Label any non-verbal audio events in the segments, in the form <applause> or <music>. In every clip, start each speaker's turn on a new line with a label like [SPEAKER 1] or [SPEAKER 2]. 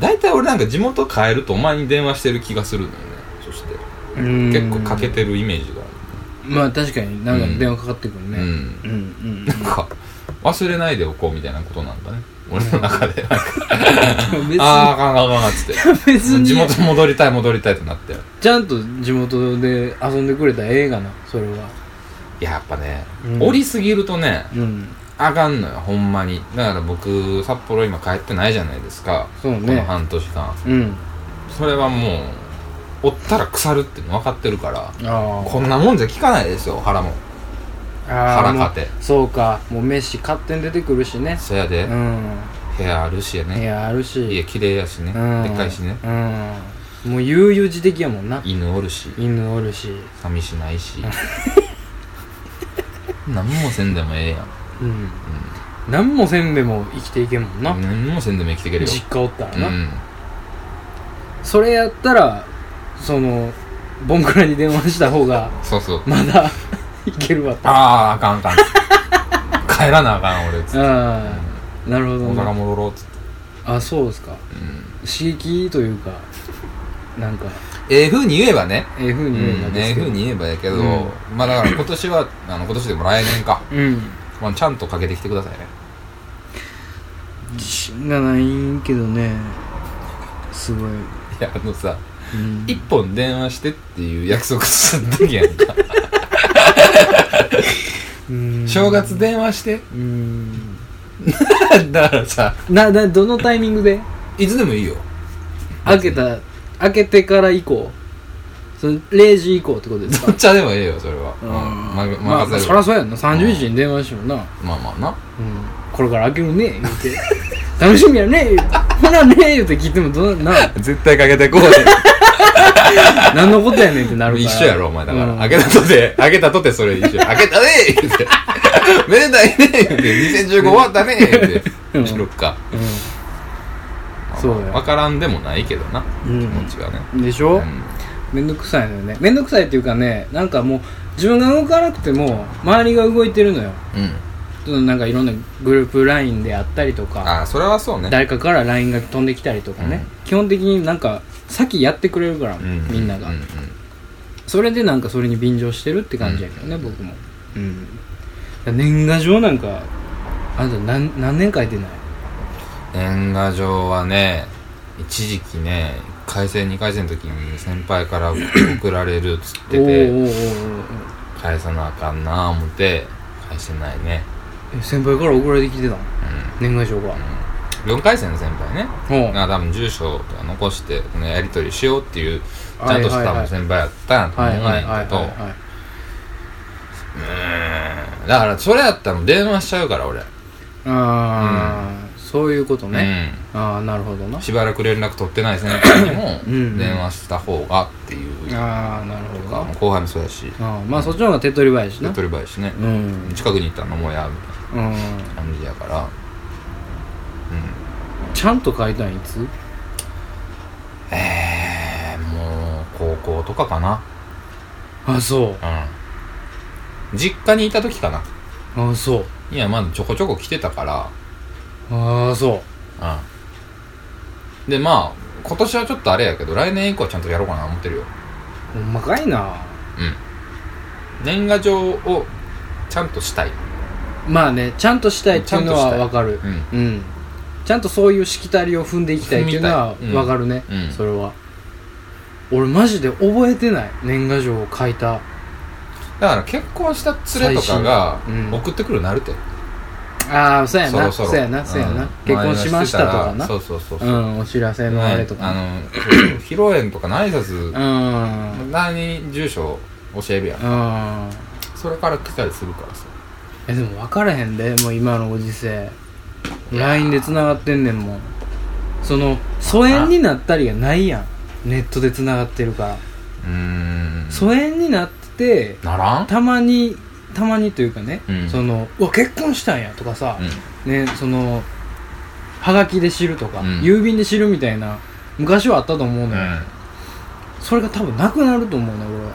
[SPEAKER 1] 大体俺なんか地元帰るとお前に電話してる気がするのよねそして結構かけてるイメージが
[SPEAKER 2] まあ確かになんか電話かかってくる
[SPEAKER 1] あ
[SPEAKER 2] ね、
[SPEAKER 1] る、
[SPEAKER 2] うん、
[SPEAKER 1] うん
[SPEAKER 2] うんうん
[SPEAKER 1] なんか忘れないでおこうみたいなことなんだね俺の中で
[SPEAKER 2] 別
[SPEAKER 1] <laughs> ああ
[SPEAKER 2] に
[SPEAKER 1] あかんあかんあかんっつって
[SPEAKER 2] <laughs> 別に
[SPEAKER 1] 地元戻りたい戻りたいとなって
[SPEAKER 2] ちゃんと地元で遊んでくれたらええがなそれはい
[SPEAKER 1] ややっぱね、
[SPEAKER 2] うん
[SPEAKER 1] 降りすぎるとね
[SPEAKER 2] うん
[SPEAKER 1] あかんのよほんまにだから僕札幌今帰ってないじゃないですか
[SPEAKER 2] そう
[SPEAKER 1] この
[SPEAKER 2] ね
[SPEAKER 1] 半年間
[SPEAKER 2] うん
[SPEAKER 1] それはもうおったら腐るっていうの分かってるから
[SPEAKER 2] あ
[SPEAKER 1] こんなもんじゃ効かないですよ腹も
[SPEAKER 2] ああ
[SPEAKER 1] 腹
[SPEAKER 2] あも
[SPEAKER 1] 勝
[SPEAKER 2] う
[SPEAKER 1] て
[SPEAKER 2] そうかもう飯勝手に出てくるしね
[SPEAKER 1] そやで、
[SPEAKER 2] うん
[SPEAKER 1] 部屋あるしや
[SPEAKER 2] い
[SPEAKER 1] ね
[SPEAKER 2] やあるし
[SPEAKER 1] 家綺麗やしね、
[SPEAKER 2] うん
[SPEAKER 1] でっかいしね
[SPEAKER 2] うんもう悠々自適やもんな
[SPEAKER 1] 犬おるし
[SPEAKER 2] 犬おるし
[SPEAKER 1] 寂しない
[SPEAKER 2] <laughs>
[SPEAKER 1] し何もせんでもええやん
[SPEAKER 2] うん何もせんでも生きていけんもんな、
[SPEAKER 1] 何もせんでも生きていけるよ
[SPEAKER 2] 実家おったら
[SPEAKER 1] う
[SPEAKER 2] な、
[SPEAKER 1] ん
[SPEAKER 2] それやったらそのボンクラに電話した方が
[SPEAKER 1] そうそう
[SPEAKER 2] まだいけるわと
[SPEAKER 1] あああかんあかん
[SPEAKER 2] <laughs>
[SPEAKER 1] 帰らなあかん俺つって
[SPEAKER 2] ああなるほ
[SPEAKER 1] 大
[SPEAKER 2] ど、
[SPEAKER 1] 阪
[SPEAKER 2] ね、
[SPEAKER 1] 戻ろうっつって
[SPEAKER 2] あそうですか
[SPEAKER 1] うん
[SPEAKER 2] 刺激というかなんか
[SPEAKER 1] ええふうに言えばね
[SPEAKER 2] ええふう
[SPEAKER 1] う
[SPEAKER 2] に
[SPEAKER 1] ん
[SPEAKER 2] 言えば
[SPEAKER 1] え
[SPEAKER 2] で
[SPEAKER 1] え
[SPEAKER 2] すけ
[SPEAKER 1] ふ
[SPEAKER 2] ど
[SPEAKER 1] うに言えばやけど、
[SPEAKER 2] うん
[SPEAKER 1] まあだから今年はあの今年でも来年か、
[SPEAKER 2] うん
[SPEAKER 1] まあ、ちゃんとかけてきてくださ
[SPEAKER 2] <laughs>
[SPEAKER 1] いね
[SPEAKER 2] 自信がないけどねすごい、
[SPEAKER 1] いやあのさ
[SPEAKER 2] うん
[SPEAKER 1] 一本電話してっていう約束する時やんか
[SPEAKER 2] うん
[SPEAKER 1] 正月電話して <laughs>
[SPEAKER 2] うん
[SPEAKER 1] だからさ
[SPEAKER 2] ななどのタイミングで
[SPEAKER 1] いつでもいいよ
[SPEAKER 2] 開けた開けてから以降その0時以降ってことです
[SPEAKER 1] ど
[SPEAKER 2] か
[SPEAKER 1] っちでもええよそれは、うんま
[SPEAKER 2] まあ、
[SPEAKER 1] 任せ
[SPEAKER 2] そ
[SPEAKER 1] る
[SPEAKER 2] らそうやんな30時に電話してもな、うん、
[SPEAKER 1] まあまあな
[SPEAKER 2] これから開けるね言うて楽しみやね言うてほなね言うて聞いてもどんな
[SPEAKER 1] 絶対かけてこうで
[SPEAKER 2] 何のことやねんってなるから
[SPEAKER 1] 一緒やろお前だから、
[SPEAKER 2] うん
[SPEAKER 1] 開けたとて開けたとてそれ一緒開けたねー言う
[SPEAKER 2] <laughs>
[SPEAKER 1] てめでたいねー言うて2015終わったねー言う
[SPEAKER 2] う
[SPEAKER 1] て
[SPEAKER 2] ん
[SPEAKER 1] しろっか
[SPEAKER 2] うんそうや
[SPEAKER 1] 分からんでもないけどな、
[SPEAKER 2] うん
[SPEAKER 1] 気持ちがね、
[SPEAKER 2] でしょ、
[SPEAKER 1] うん
[SPEAKER 2] めんどくさいのよねめんどくさいっていうかねなんかもう自分が動かなくても周りが動いてるのよ
[SPEAKER 1] うん
[SPEAKER 2] そのなんかいろんなグループ LINE であったりとか
[SPEAKER 1] ああそれはそうね
[SPEAKER 2] 誰かから LINE が飛んできたりとかね、基本的になんか先やってくれるか
[SPEAKER 1] う
[SPEAKER 2] ら、
[SPEAKER 1] ん
[SPEAKER 2] みんなが、
[SPEAKER 1] うんうん
[SPEAKER 2] それでなんかそれに便乗してるって感じやけどね、僕もうん年賀状なんかあんた何何年書いてない
[SPEAKER 1] 年賀状はね一時期ね1回戦2回戦の時に先輩から送られるっつって
[SPEAKER 2] お
[SPEAKER 1] て
[SPEAKER 2] ーおーおーおー
[SPEAKER 1] 返さなあかんなあ思って返してないね
[SPEAKER 2] え先輩から送られてきてたの年賀状
[SPEAKER 1] う
[SPEAKER 2] が、
[SPEAKER 1] ん4回戦の先輩ね
[SPEAKER 2] ほう
[SPEAKER 1] が多分住所とか残してこのやり取りしようっていうちゃんとし
[SPEAKER 2] はい
[SPEAKER 1] た多
[SPEAKER 2] はいはい
[SPEAKER 1] 分先輩やったんやと思
[SPEAKER 2] はいうは
[SPEAKER 1] ね
[SPEAKER 2] いはい
[SPEAKER 1] んけどう
[SPEAKER 2] はいはい
[SPEAKER 1] ーんだからそれやったら電話しちゃうから俺
[SPEAKER 2] ああ、そういうことね、
[SPEAKER 1] ね
[SPEAKER 2] ああなるほどな
[SPEAKER 1] しばらく連絡取ってない先輩にも
[SPEAKER 2] うん
[SPEAKER 1] 電話した方がっていう
[SPEAKER 2] ああなるほどな
[SPEAKER 1] 後輩もそうやし
[SPEAKER 2] あーまあそっちの方が手っ取り早いしな
[SPEAKER 1] 取り林ね
[SPEAKER 2] うんうん
[SPEAKER 1] 近くに行ったら飲もうやみたいな感じやから
[SPEAKER 2] ちゃんと書いたんいつ
[SPEAKER 1] ええもう高校とかかな
[SPEAKER 2] あそう
[SPEAKER 1] うん実家にいた時かな
[SPEAKER 2] あそう
[SPEAKER 1] いやまだちょこちょこ来てたから
[SPEAKER 2] ああそう
[SPEAKER 1] うんでまあ今年はちょっとあれやけど来年以降はちゃんとやろうかな思ってるよ
[SPEAKER 2] ほんまかいな
[SPEAKER 1] うん年賀状をちゃんとしたい
[SPEAKER 2] まあねちゃんとしたいっていうのは
[SPEAKER 1] ちゃんとしたい
[SPEAKER 2] わかる
[SPEAKER 1] うん
[SPEAKER 2] うんちゃんとそういうしきたりを踏んでいきたいっていうの
[SPEAKER 1] 踏
[SPEAKER 2] は
[SPEAKER 1] みたいうん
[SPEAKER 2] わかるね、
[SPEAKER 1] うん
[SPEAKER 2] それは俺マジで覚えてない年賀状を書いた
[SPEAKER 1] だから結婚した連れとかが
[SPEAKER 2] 最新うん
[SPEAKER 1] 送ってくるようになるって
[SPEAKER 2] ああそうや
[SPEAKER 1] そ
[SPEAKER 2] な
[SPEAKER 1] ろそろ
[SPEAKER 2] そうやなそうやな、
[SPEAKER 1] ん
[SPEAKER 2] 結婚しましたとか
[SPEAKER 1] 前の人
[SPEAKER 2] な
[SPEAKER 1] そうそうそうそう
[SPEAKER 2] う、んお知らせのあれとか、ね、
[SPEAKER 1] ねあの披露宴とかの挨
[SPEAKER 2] う
[SPEAKER 1] 拶
[SPEAKER 2] ん
[SPEAKER 1] 何住所教えるやん
[SPEAKER 2] うん
[SPEAKER 1] それから来たりするからさ
[SPEAKER 2] えでも分からへんでもう今のご時世 LINE で繋がってんねんもんその疎遠になったりがないやんネットで繋がってるから
[SPEAKER 1] うーん
[SPEAKER 2] 疎遠になって
[SPEAKER 1] ならん
[SPEAKER 2] たまにたまにというかね、
[SPEAKER 1] うん
[SPEAKER 2] そのうわ結婚したんやとかさ、ねそのはがきで知るとか、
[SPEAKER 1] うん
[SPEAKER 2] 郵便で知るみたいな昔はあったと思う
[SPEAKER 1] うん、
[SPEAKER 2] のよ、それが多分なくなると思うね俺は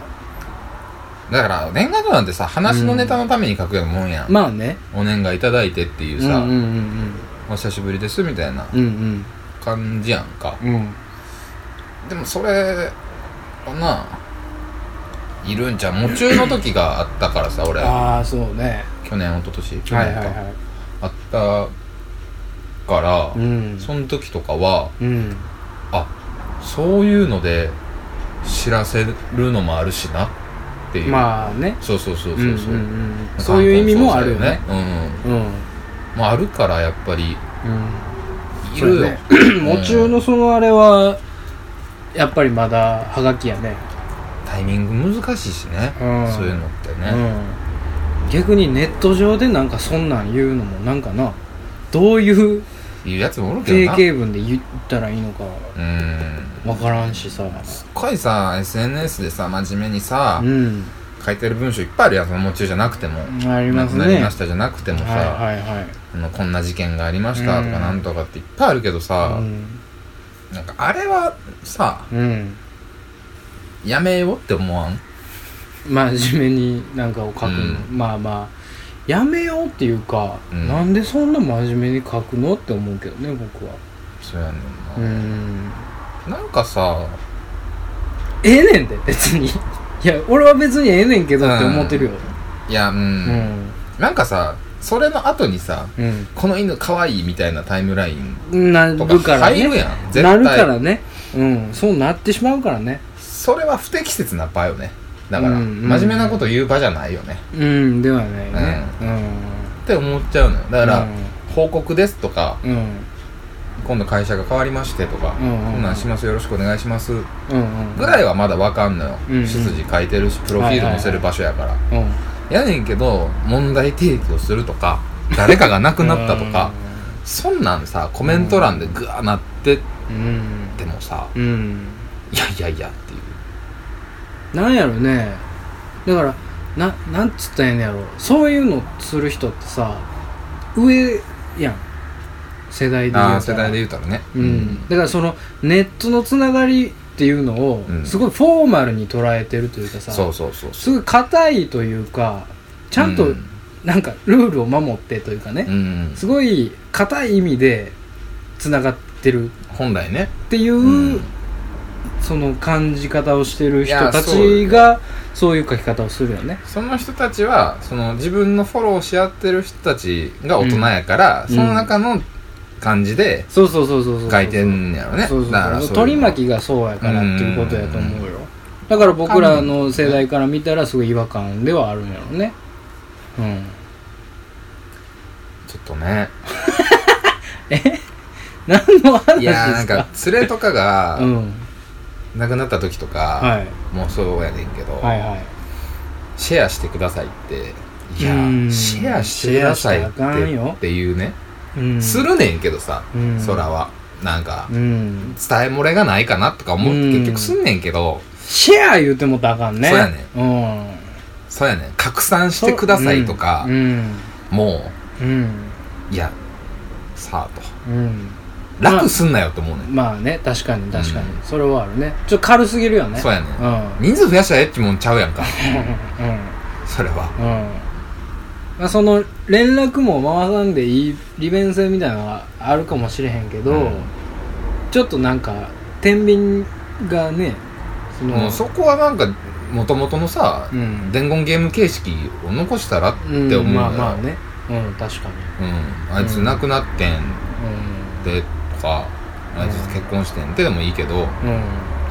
[SPEAKER 1] だから年賀状なんてさ話のネタのために書くようなもんやん、
[SPEAKER 2] まあね
[SPEAKER 1] お年賀いただいてっていうさ、
[SPEAKER 2] うんうんうん
[SPEAKER 1] お久しぶりですみたいな
[SPEAKER 2] うんうんうん
[SPEAKER 1] 感じやんか
[SPEAKER 2] うん
[SPEAKER 1] でもそれはないるんじゃん夢中の時があったからさ俺
[SPEAKER 2] ああそうね
[SPEAKER 1] 去年一昨年去
[SPEAKER 2] はい
[SPEAKER 1] 年
[SPEAKER 2] は
[SPEAKER 1] か、
[SPEAKER 2] いは
[SPEAKER 1] あったから、
[SPEAKER 2] いうん
[SPEAKER 1] その時とかは
[SPEAKER 2] うん
[SPEAKER 1] そういうので知らせるのもあるしなっていう、
[SPEAKER 2] まあね
[SPEAKER 1] そうそうそうそうそう、
[SPEAKER 2] んんんうんそういう意味もあるよね
[SPEAKER 1] そうだよね
[SPEAKER 2] うんうん
[SPEAKER 1] うん、まあ、あるからやっぱりいる
[SPEAKER 2] そう
[SPEAKER 1] よ、
[SPEAKER 2] ね
[SPEAKER 1] <clears throat>
[SPEAKER 2] 夢中のそのあれはやっぱりまだハガキやね
[SPEAKER 1] タイミング難しいしね、
[SPEAKER 2] うん
[SPEAKER 1] そういうのって
[SPEAKER 2] う
[SPEAKER 1] ね、
[SPEAKER 2] ん逆にネット上でなんかそんなん言うのもなんかなどういう
[SPEAKER 1] いうやつもおるけ
[SPEAKER 2] 定
[SPEAKER 1] どな
[SPEAKER 2] 型文で言ったらいいのか
[SPEAKER 1] うん
[SPEAKER 2] わからんしさ
[SPEAKER 1] すっごいさ SNS でさ真面目にさ、
[SPEAKER 2] うん
[SPEAKER 1] 書いてる文章いっぱいあるやんその夢中じゃなくても、
[SPEAKER 2] ありますね
[SPEAKER 1] なりましたじゃなくてもさ、
[SPEAKER 2] はいはいはい
[SPEAKER 1] あのこんな事件がありましたと
[SPEAKER 2] うん
[SPEAKER 1] かなんとかっていっぱいあるけどさ、
[SPEAKER 2] うん
[SPEAKER 1] なんかあれはさ
[SPEAKER 2] うん
[SPEAKER 1] やめようって思わん
[SPEAKER 2] 真面目になんかを書くの、
[SPEAKER 1] うん
[SPEAKER 2] まあまあやめようっていうか、
[SPEAKER 1] うん
[SPEAKER 2] なんでそんな真面目に書くのって思うけどね僕は
[SPEAKER 1] そうやねん
[SPEAKER 2] う
[SPEAKER 1] な、な
[SPEAKER 2] ん
[SPEAKER 1] んかさ
[SPEAKER 2] ええねんで別にいや俺は別にええねんけどって思ってるよ
[SPEAKER 1] いやうん、
[SPEAKER 2] うん
[SPEAKER 1] なんかさそれの後にさ
[SPEAKER 2] うん、
[SPEAKER 1] この犬可愛いみたいなタイムライン
[SPEAKER 2] な
[SPEAKER 1] と
[SPEAKER 2] る
[SPEAKER 1] か
[SPEAKER 2] か
[SPEAKER 1] ら入
[SPEAKER 2] ね
[SPEAKER 1] るやん、絶対
[SPEAKER 2] なるからねうんそうなってしまうからね
[SPEAKER 1] それは不適切な場よねだから、
[SPEAKER 2] うんうん
[SPEAKER 1] 真面目なこと言う場じゃないよね
[SPEAKER 2] うんではないねうん
[SPEAKER 1] って思っちゃうのよだから、
[SPEAKER 2] う
[SPEAKER 1] 報告ですとか
[SPEAKER 2] んうん
[SPEAKER 1] 今度会社が変わりましてとか、
[SPEAKER 2] うんうんうん
[SPEAKER 1] こんなんしますよろしくお願いします
[SPEAKER 2] うんうん
[SPEAKER 1] ぐらいはまだわかんのよ、
[SPEAKER 2] うんうん
[SPEAKER 1] 出自書いてるしプロフィール載せる場所やから、
[SPEAKER 2] うん
[SPEAKER 1] やねんけど問題提起をするとか誰かが亡くなったとか、そんなんさコメント欄でグワーなってっ
[SPEAKER 2] うん
[SPEAKER 1] てもさ、
[SPEAKER 2] うん
[SPEAKER 1] いやいやいやっていう
[SPEAKER 2] なんやろねだからななんつったらええんやろそういうのする人ってさ上やん世代で言うたら
[SPEAKER 1] あー世代で言うたらね
[SPEAKER 2] うん、だからそのネットのつながりっていうのを
[SPEAKER 1] うん
[SPEAKER 2] すごいフォーマルに捉えてるというかさ、
[SPEAKER 1] そうそうそう
[SPEAKER 2] すごい硬いというかちゃん
[SPEAKER 1] う
[SPEAKER 2] と
[SPEAKER 1] ん
[SPEAKER 2] なんかルールを守ってというか
[SPEAKER 1] う
[SPEAKER 2] ね、
[SPEAKER 1] ん
[SPEAKER 2] すごい硬い意味でつながってる
[SPEAKER 1] 本来ね
[SPEAKER 2] っていう、
[SPEAKER 1] うん
[SPEAKER 2] その感じ方をしてる人た
[SPEAKER 1] い
[SPEAKER 2] ちがそういう書き方をするよね
[SPEAKER 1] その人たちはその自分のフォローし合ってる人たちが大人やから、
[SPEAKER 2] う
[SPEAKER 1] そ
[SPEAKER 2] ん
[SPEAKER 1] の中の感じで
[SPEAKER 2] そうそうそうそうそう
[SPEAKER 1] 書いてんやろね
[SPEAKER 2] そうそう
[SPEAKER 1] だから
[SPEAKER 2] そう
[SPEAKER 1] そう
[SPEAKER 2] 取り
[SPEAKER 1] き
[SPEAKER 2] 巻きがそうやからっていうことやと思うよだから僕らの世代から見たらすごい違和感ではあるんやろうねうん
[SPEAKER 1] ちょっとね
[SPEAKER 2] 何の話
[SPEAKER 1] い
[SPEAKER 2] で
[SPEAKER 1] やーな
[SPEAKER 2] す
[SPEAKER 1] ん
[SPEAKER 2] か
[SPEAKER 1] か連れとか
[SPEAKER 2] <laughs> う
[SPEAKER 1] が
[SPEAKER 2] ん
[SPEAKER 1] 亡くなった時とか、
[SPEAKER 2] はい
[SPEAKER 1] もうそうやねんけど、
[SPEAKER 2] はいはい
[SPEAKER 1] シェアしてくださいっていや
[SPEAKER 2] うん
[SPEAKER 1] ーシェアしてくださいっ
[SPEAKER 2] シェアしたらあかんよ
[SPEAKER 1] てっていうね、
[SPEAKER 2] うん
[SPEAKER 1] するねんけどさ、
[SPEAKER 2] うん
[SPEAKER 1] 空はなんか
[SPEAKER 2] うん
[SPEAKER 1] 伝え漏れがないかなとか思って
[SPEAKER 2] うん
[SPEAKER 1] 結局すんねんけど、
[SPEAKER 2] シェア言うてもたらあかんね
[SPEAKER 1] そうやね
[SPEAKER 2] うん
[SPEAKER 1] そうやねん拡散してくださいとか、
[SPEAKER 2] うん
[SPEAKER 1] も
[SPEAKER 2] うん
[SPEAKER 1] ういやさあと
[SPEAKER 2] うん
[SPEAKER 1] 楽すんなよって思うねん、
[SPEAKER 2] まあね確かに確
[SPEAKER 1] う
[SPEAKER 2] かに、
[SPEAKER 1] ん
[SPEAKER 2] それはあるねちょっと軽すぎるよね
[SPEAKER 1] そうやね
[SPEAKER 2] うんん
[SPEAKER 1] 人数増やしたらええっちゅうもんちゃうやんか
[SPEAKER 2] うんうん
[SPEAKER 1] それは
[SPEAKER 2] うんまあその連絡も回さんでいい利便性みたいなのはあるかもしれへんけど、
[SPEAKER 1] うん
[SPEAKER 2] ちょっとなんか天秤がねその
[SPEAKER 1] もうそこはなんかもともとのさ、
[SPEAKER 2] うん
[SPEAKER 1] 伝言ゲーム形式を残したらって思うんだよ、
[SPEAKER 2] ん、まあまあねうん確かに
[SPEAKER 1] うん、あいつ亡くなってんでとか、
[SPEAKER 2] うん
[SPEAKER 1] あいつ結婚してんってでもいいけど
[SPEAKER 2] うんうん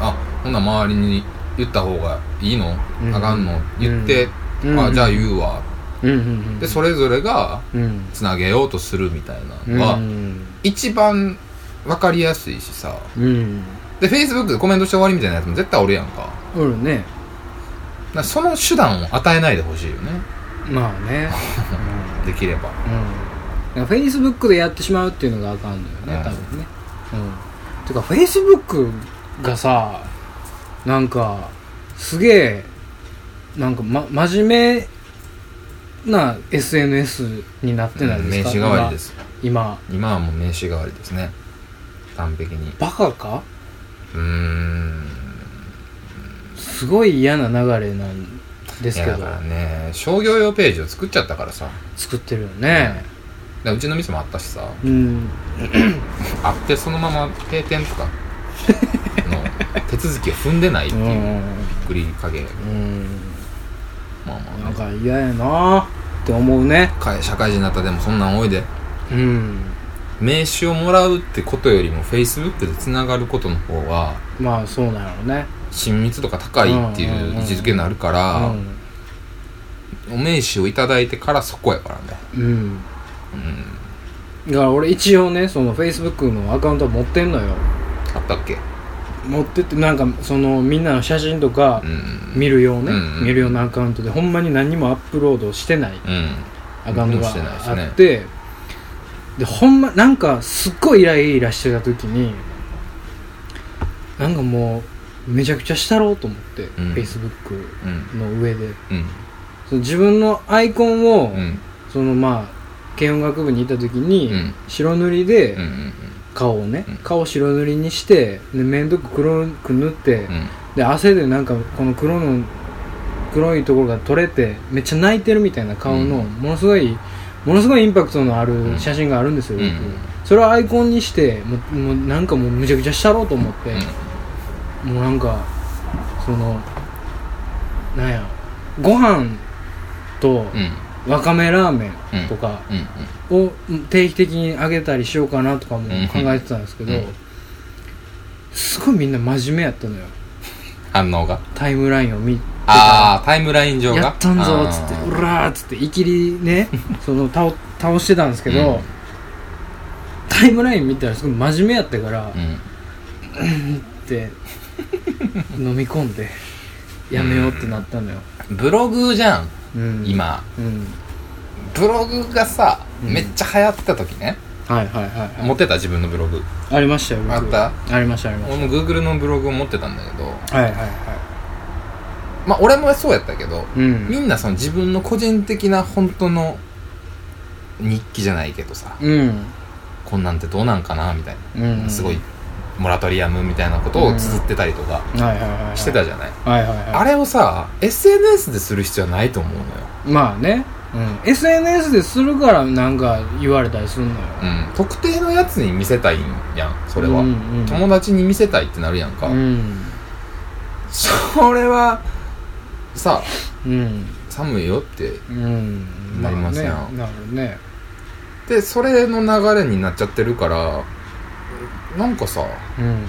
[SPEAKER 1] あほんな周りに言った方がいいの、
[SPEAKER 2] うん
[SPEAKER 1] あかんの言って、
[SPEAKER 2] うん
[SPEAKER 1] あじゃあ言うわ、
[SPEAKER 2] うんうんうん
[SPEAKER 1] でそれぞれが
[SPEAKER 2] うん
[SPEAKER 1] つなげようとするみたいな
[SPEAKER 2] うん
[SPEAKER 1] のが、一番分かりやすいしさ
[SPEAKER 2] うん
[SPEAKER 1] で Facebook でコメントして終わりみたいなやつも絶対おるやんかだか
[SPEAKER 2] おるね
[SPEAKER 1] らその手段を与えないでほしいよね
[SPEAKER 2] まあ
[SPEAKER 1] <laughs>
[SPEAKER 2] ね
[SPEAKER 1] できれば
[SPEAKER 2] うんフェイスブックでやってしまうっていうのがあかんのよね、
[SPEAKER 1] うん
[SPEAKER 2] 多分ねうんてかフェイスブックがさなんかすげえなんか、ま、真面目な SNS になってない
[SPEAKER 1] うん
[SPEAKER 2] で
[SPEAKER 1] 名
[SPEAKER 2] すか、
[SPEAKER 1] 刺代わりです
[SPEAKER 2] 今
[SPEAKER 1] 今はもう名刺代わりですね完璧に
[SPEAKER 2] 今バカか
[SPEAKER 1] うーん
[SPEAKER 2] すごい嫌な流れなんですけ
[SPEAKER 1] いや
[SPEAKER 2] ど
[SPEAKER 1] だからね商業用ページを作っちゃったからさ
[SPEAKER 2] 作ってるよね、
[SPEAKER 1] らうちの店もあったしさ
[SPEAKER 2] うん
[SPEAKER 1] あってそのまま閉店と
[SPEAKER 2] <laughs>
[SPEAKER 1] かの手続きを踏んでないって
[SPEAKER 2] う
[SPEAKER 1] いうんびっくり加減
[SPEAKER 2] うん
[SPEAKER 1] まあまあ
[SPEAKER 2] なんか嫌やなって思うね
[SPEAKER 1] か社会人になったらでもそんなん多いで
[SPEAKER 2] うん
[SPEAKER 1] 名刺をもらうってことよりも Facebook でつながることの方が
[SPEAKER 2] まあそうなんやろうね
[SPEAKER 1] 親密度が高いっていう位置づけになるから、
[SPEAKER 2] うん
[SPEAKER 1] お名刺をいただいてからそこやからね
[SPEAKER 2] うんだから俺一応ねその Facebook のアカウントは持ってんのよ
[SPEAKER 1] あったっけ
[SPEAKER 2] 持ってってなんかそのみんなの写真とか
[SPEAKER 1] うん
[SPEAKER 2] 見るようね、
[SPEAKER 1] うんうん
[SPEAKER 2] 見るようなアカウントでほんまに何もアップロードしてない
[SPEAKER 1] うん
[SPEAKER 2] アカウントが
[SPEAKER 1] してないです
[SPEAKER 2] あ
[SPEAKER 1] ね
[SPEAKER 2] ってでほんまなんかすっごいイライラしてた時になんかもうめちゃくちゃしたろうと思って、
[SPEAKER 1] ん
[SPEAKER 2] Facebook
[SPEAKER 1] うん
[SPEAKER 2] の上で
[SPEAKER 1] うん
[SPEAKER 2] その自分のアイコンを、
[SPEAKER 1] うん
[SPEAKER 2] そのまあ軽音楽部にいた時に、
[SPEAKER 1] うん
[SPEAKER 2] 白塗りで
[SPEAKER 1] うんうん
[SPEAKER 2] 顔をね、
[SPEAKER 1] うん
[SPEAKER 2] 顔を白塗りにしてで面倒く黒く塗って、
[SPEAKER 1] うん
[SPEAKER 2] で汗でなんかこの黒の黒いところが取れてめっちゃ泣いてるみたいな顔の、
[SPEAKER 1] うん
[SPEAKER 2] ものすごいものすごいインパクトのあ
[SPEAKER 1] ん
[SPEAKER 2] る写真があるんですよ、僕
[SPEAKER 1] うん
[SPEAKER 2] それをアイコンにしてもうもうなんかもうむちゃくちゃしたろうと思って、もうなんかそのなんやご飯と
[SPEAKER 1] うんうん
[SPEAKER 2] わかめラーメンとか
[SPEAKER 1] うん
[SPEAKER 2] を定期的にあげたりしようかなとかも考えてたんですけど、
[SPEAKER 1] うん
[SPEAKER 2] すごいみんな真面目やったのよ
[SPEAKER 1] 反応が
[SPEAKER 2] タイムラインを見てた
[SPEAKER 1] ああタイムライン上が
[SPEAKER 2] やったんぞ
[SPEAKER 1] あー
[SPEAKER 2] っつってうらーっつっていきり
[SPEAKER 1] <laughs>
[SPEAKER 2] ねその倒倒してたんですけど、
[SPEAKER 1] うん
[SPEAKER 2] タイムライン見たらすごい真面目やったか
[SPEAKER 1] う
[SPEAKER 2] ら、っ
[SPEAKER 1] ん
[SPEAKER 2] て飲み込んでやめようってなったのよ、
[SPEAKER 1] ブログじゃん
[SPEAKER 2] うん、
[SPEAKER 1] 今
[SPEAKER 2] うん
[SPEAKER 1] ブログがさ
[SPEAKER 2] うん
[SPEAKER 1] めっちゃ流行ってた時ね
[SPEAKER 2] はいはいはい、はい、
[SPEAKER 1] 持ってた自分のブログ
[SPEAKER 2] ありましたよ僕
[SPEAKER 1] あった
[SPEAKER 2] ありましたありまし
[SPEAKER 1] 俺も Google のブログを持ってたんだけど
[SPEAKER 2] たはいはいは
[SPEAKER 1] まあ俺もそうやったけど
[SPEAKER 2] いうん
[SPEAKER 1] みんなその自分の個人的な本当の日記じゃないけどさ
[SPEAKER 2] うん
[SPEAKER 1] こんなんてどうなんかなみたい
[SPEAKER 2] うん
[SPEAKER 1] なすごいモラトリアムみたいなことを綴ってたりとか
[SPEAKER 2] はいはいはいはい
[SPEAKER 1] してたじゃない
[SPEAKER 2] はいはいはい
[SPEAKER 1] あれをさ SNS でする必要はないと思うのよ
[SPEAKER 2] まあね、うん、SNS でするからなんか言われたりするのよ
[SPEAKER 1] うん特定のやつに見せたいんやんそれは
[SPEAKER 2] うんうん
[SPEAKER 1] 友達に見せたいってなるやんか
[SPEAKER 2] うん
[SPEAKER 1] それはさ
[SPEAKER 2] うん
[SPEAKER 1] 寒いよって
[SPEAKER 2] うん
[SPEAKER 1] なります
[SPEAKER 2] ね
[SPEAKER 1] やん
[SPEAKER 2] なるね
[SPEAKER 1] でそれの流れになっちゃってるからなんかさ
[SPEAKER 2] うん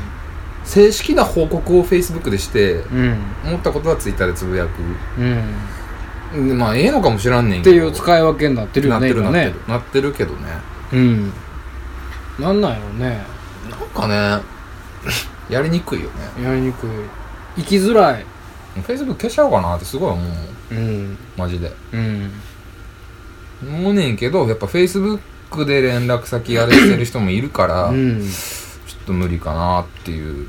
[SPEAKER 1] 正式な報告を Facebook でして
[SPEAKER 2] うん
[SPEAKER 1] 思ったことは Twitter でつぶや
[SPEAKER 2] うん
[SPEAKER 1] くでまあええのかもしらんねん
[SPEAKER 2] っ
[SPEAKER 1] け
[SPEAKER 2] て
[SPEAKER 1] ど
[SPEAKER 2] いう使い分けになってる
[SPEAKER 1] な
[SPEAKER 2] よ
[SPEAKER 1] っ
[SPEAKER 2] ね
[SPEAKER 1] てるなっ
[SPEAKER 2] 今
[SPEAKER 1] てる
[SPEAKER 2] ね
[SPEAKER 1] なってるけどね
[SPEAKER 2] うんなんなんやろね
[SPEAKER 1] なんかねやりにくいよね
[SPEAKER 2] やりにくい生きづらい
[SPEAKER 1] Facebook 消しちゃおうかなってすごい思うもん
[SPEAKER 2] うん
[SPEAKER 1] マジで
[SPEAKER 2] うん
[SPEAKER 1] 思うねんけどやっぱ Facebook で連絡先あれしてる人もいるから、
[SPEAKER 2] うん
[SPEAKER 1] ちょっと無理かなっていう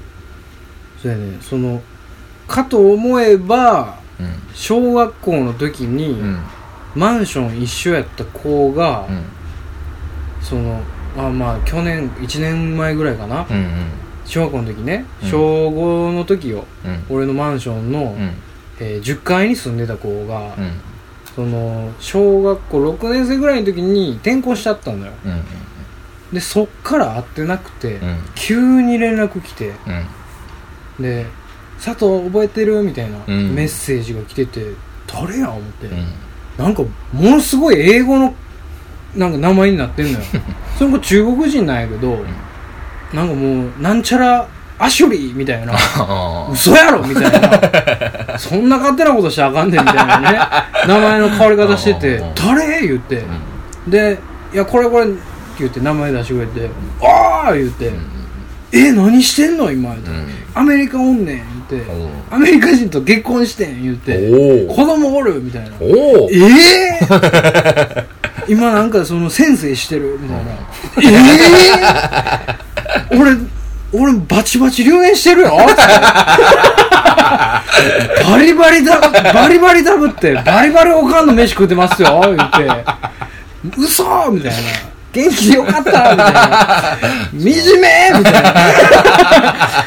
[SPEAKER 2] そうやねそのかと思えば
[SPEAKER 1] うん
[SPEAKER 2] 小学校の時に、
[SPEAKER 1] うん
[SPEAKER 2] マンション一緒やった子が、
[SPEAKER 1] うん
[SPEAKER 2] そのあまあ去年1年前ぐらいかな、
[SPEAKER 1] うんうん
[SPEAKER 2] 小学校の時ね、
[SPEAKER 1] うん
[SPEAKER 2] 小5の時よ
[SPEAKER 1] うん
[SPEAKER 2] 俺のマンションの、
[SPEAKER 1] うん
[SPEAKER 2] えー10階に住んでた子が、
[SPEAKER 1] うん
[SPEAKER 2] その小学校6年生ぐらいの時に転校しちゃったのよ
[SPEAKER 1] うん
[SPEAKER 2] でそっから会ってなくて、
[SPEAKER 1] うん
[SPEAKER 2] 急に連絡来て
[SPEAKER 1] うん
[SPEAKER 2] で「佐藤覚えてる?」みたいな
[SPEAKER 1] うん
[SPEAKER 2] メッセージが来てて、誰や思って、
[SPEAKER 1] うん
[SPEAKER 2] なんかものすごい英語のなんか名前になってん
[SPEAKER 1] <laughs>
[SPEAKER 2] のよそれも中国人なんやけど、なんかもうなんちゃらアシュリーみたいな
[SPEAKER 1] あ
[SPEAKER 2] 嘘やろみたい
[SPEAKER 1] <laughs>
[SPEAKER 2] なそんな勝手なことしちゃあかんねんみたいなね名前の変わり方して
[SPEAKER 1] うん
[SPEAKER 2] て
[SPEAKER 1] うんうん
[SPEAKER 2] 「誰?」言って、
[SPEAKER 1] あ
[SPEAKER 2] で「いやこれこれ」って言って名前出してくれて「ああ!」言って「え何してんの今」言って、
[SPEAKER 1] う
[SPEAKER 2] アメリカおんねん」言って、
[SPEAKER 1] ん
[SPEAKER 2] アメリカ人と結婚してん」言って「
[SPEAKER 1] お
[SPEAKER 2] 子供おる」みたいな
[SPEAKER 1] おおお
[SPEAKER 2] ええ今なんかその先生してるみたいな、ええ俺俺バチバチ留年してるよバリバリだバリバリダブってバリバリおかんの飯食ってますよ言って嘘みたいな元気よかったみたいな惨めみたい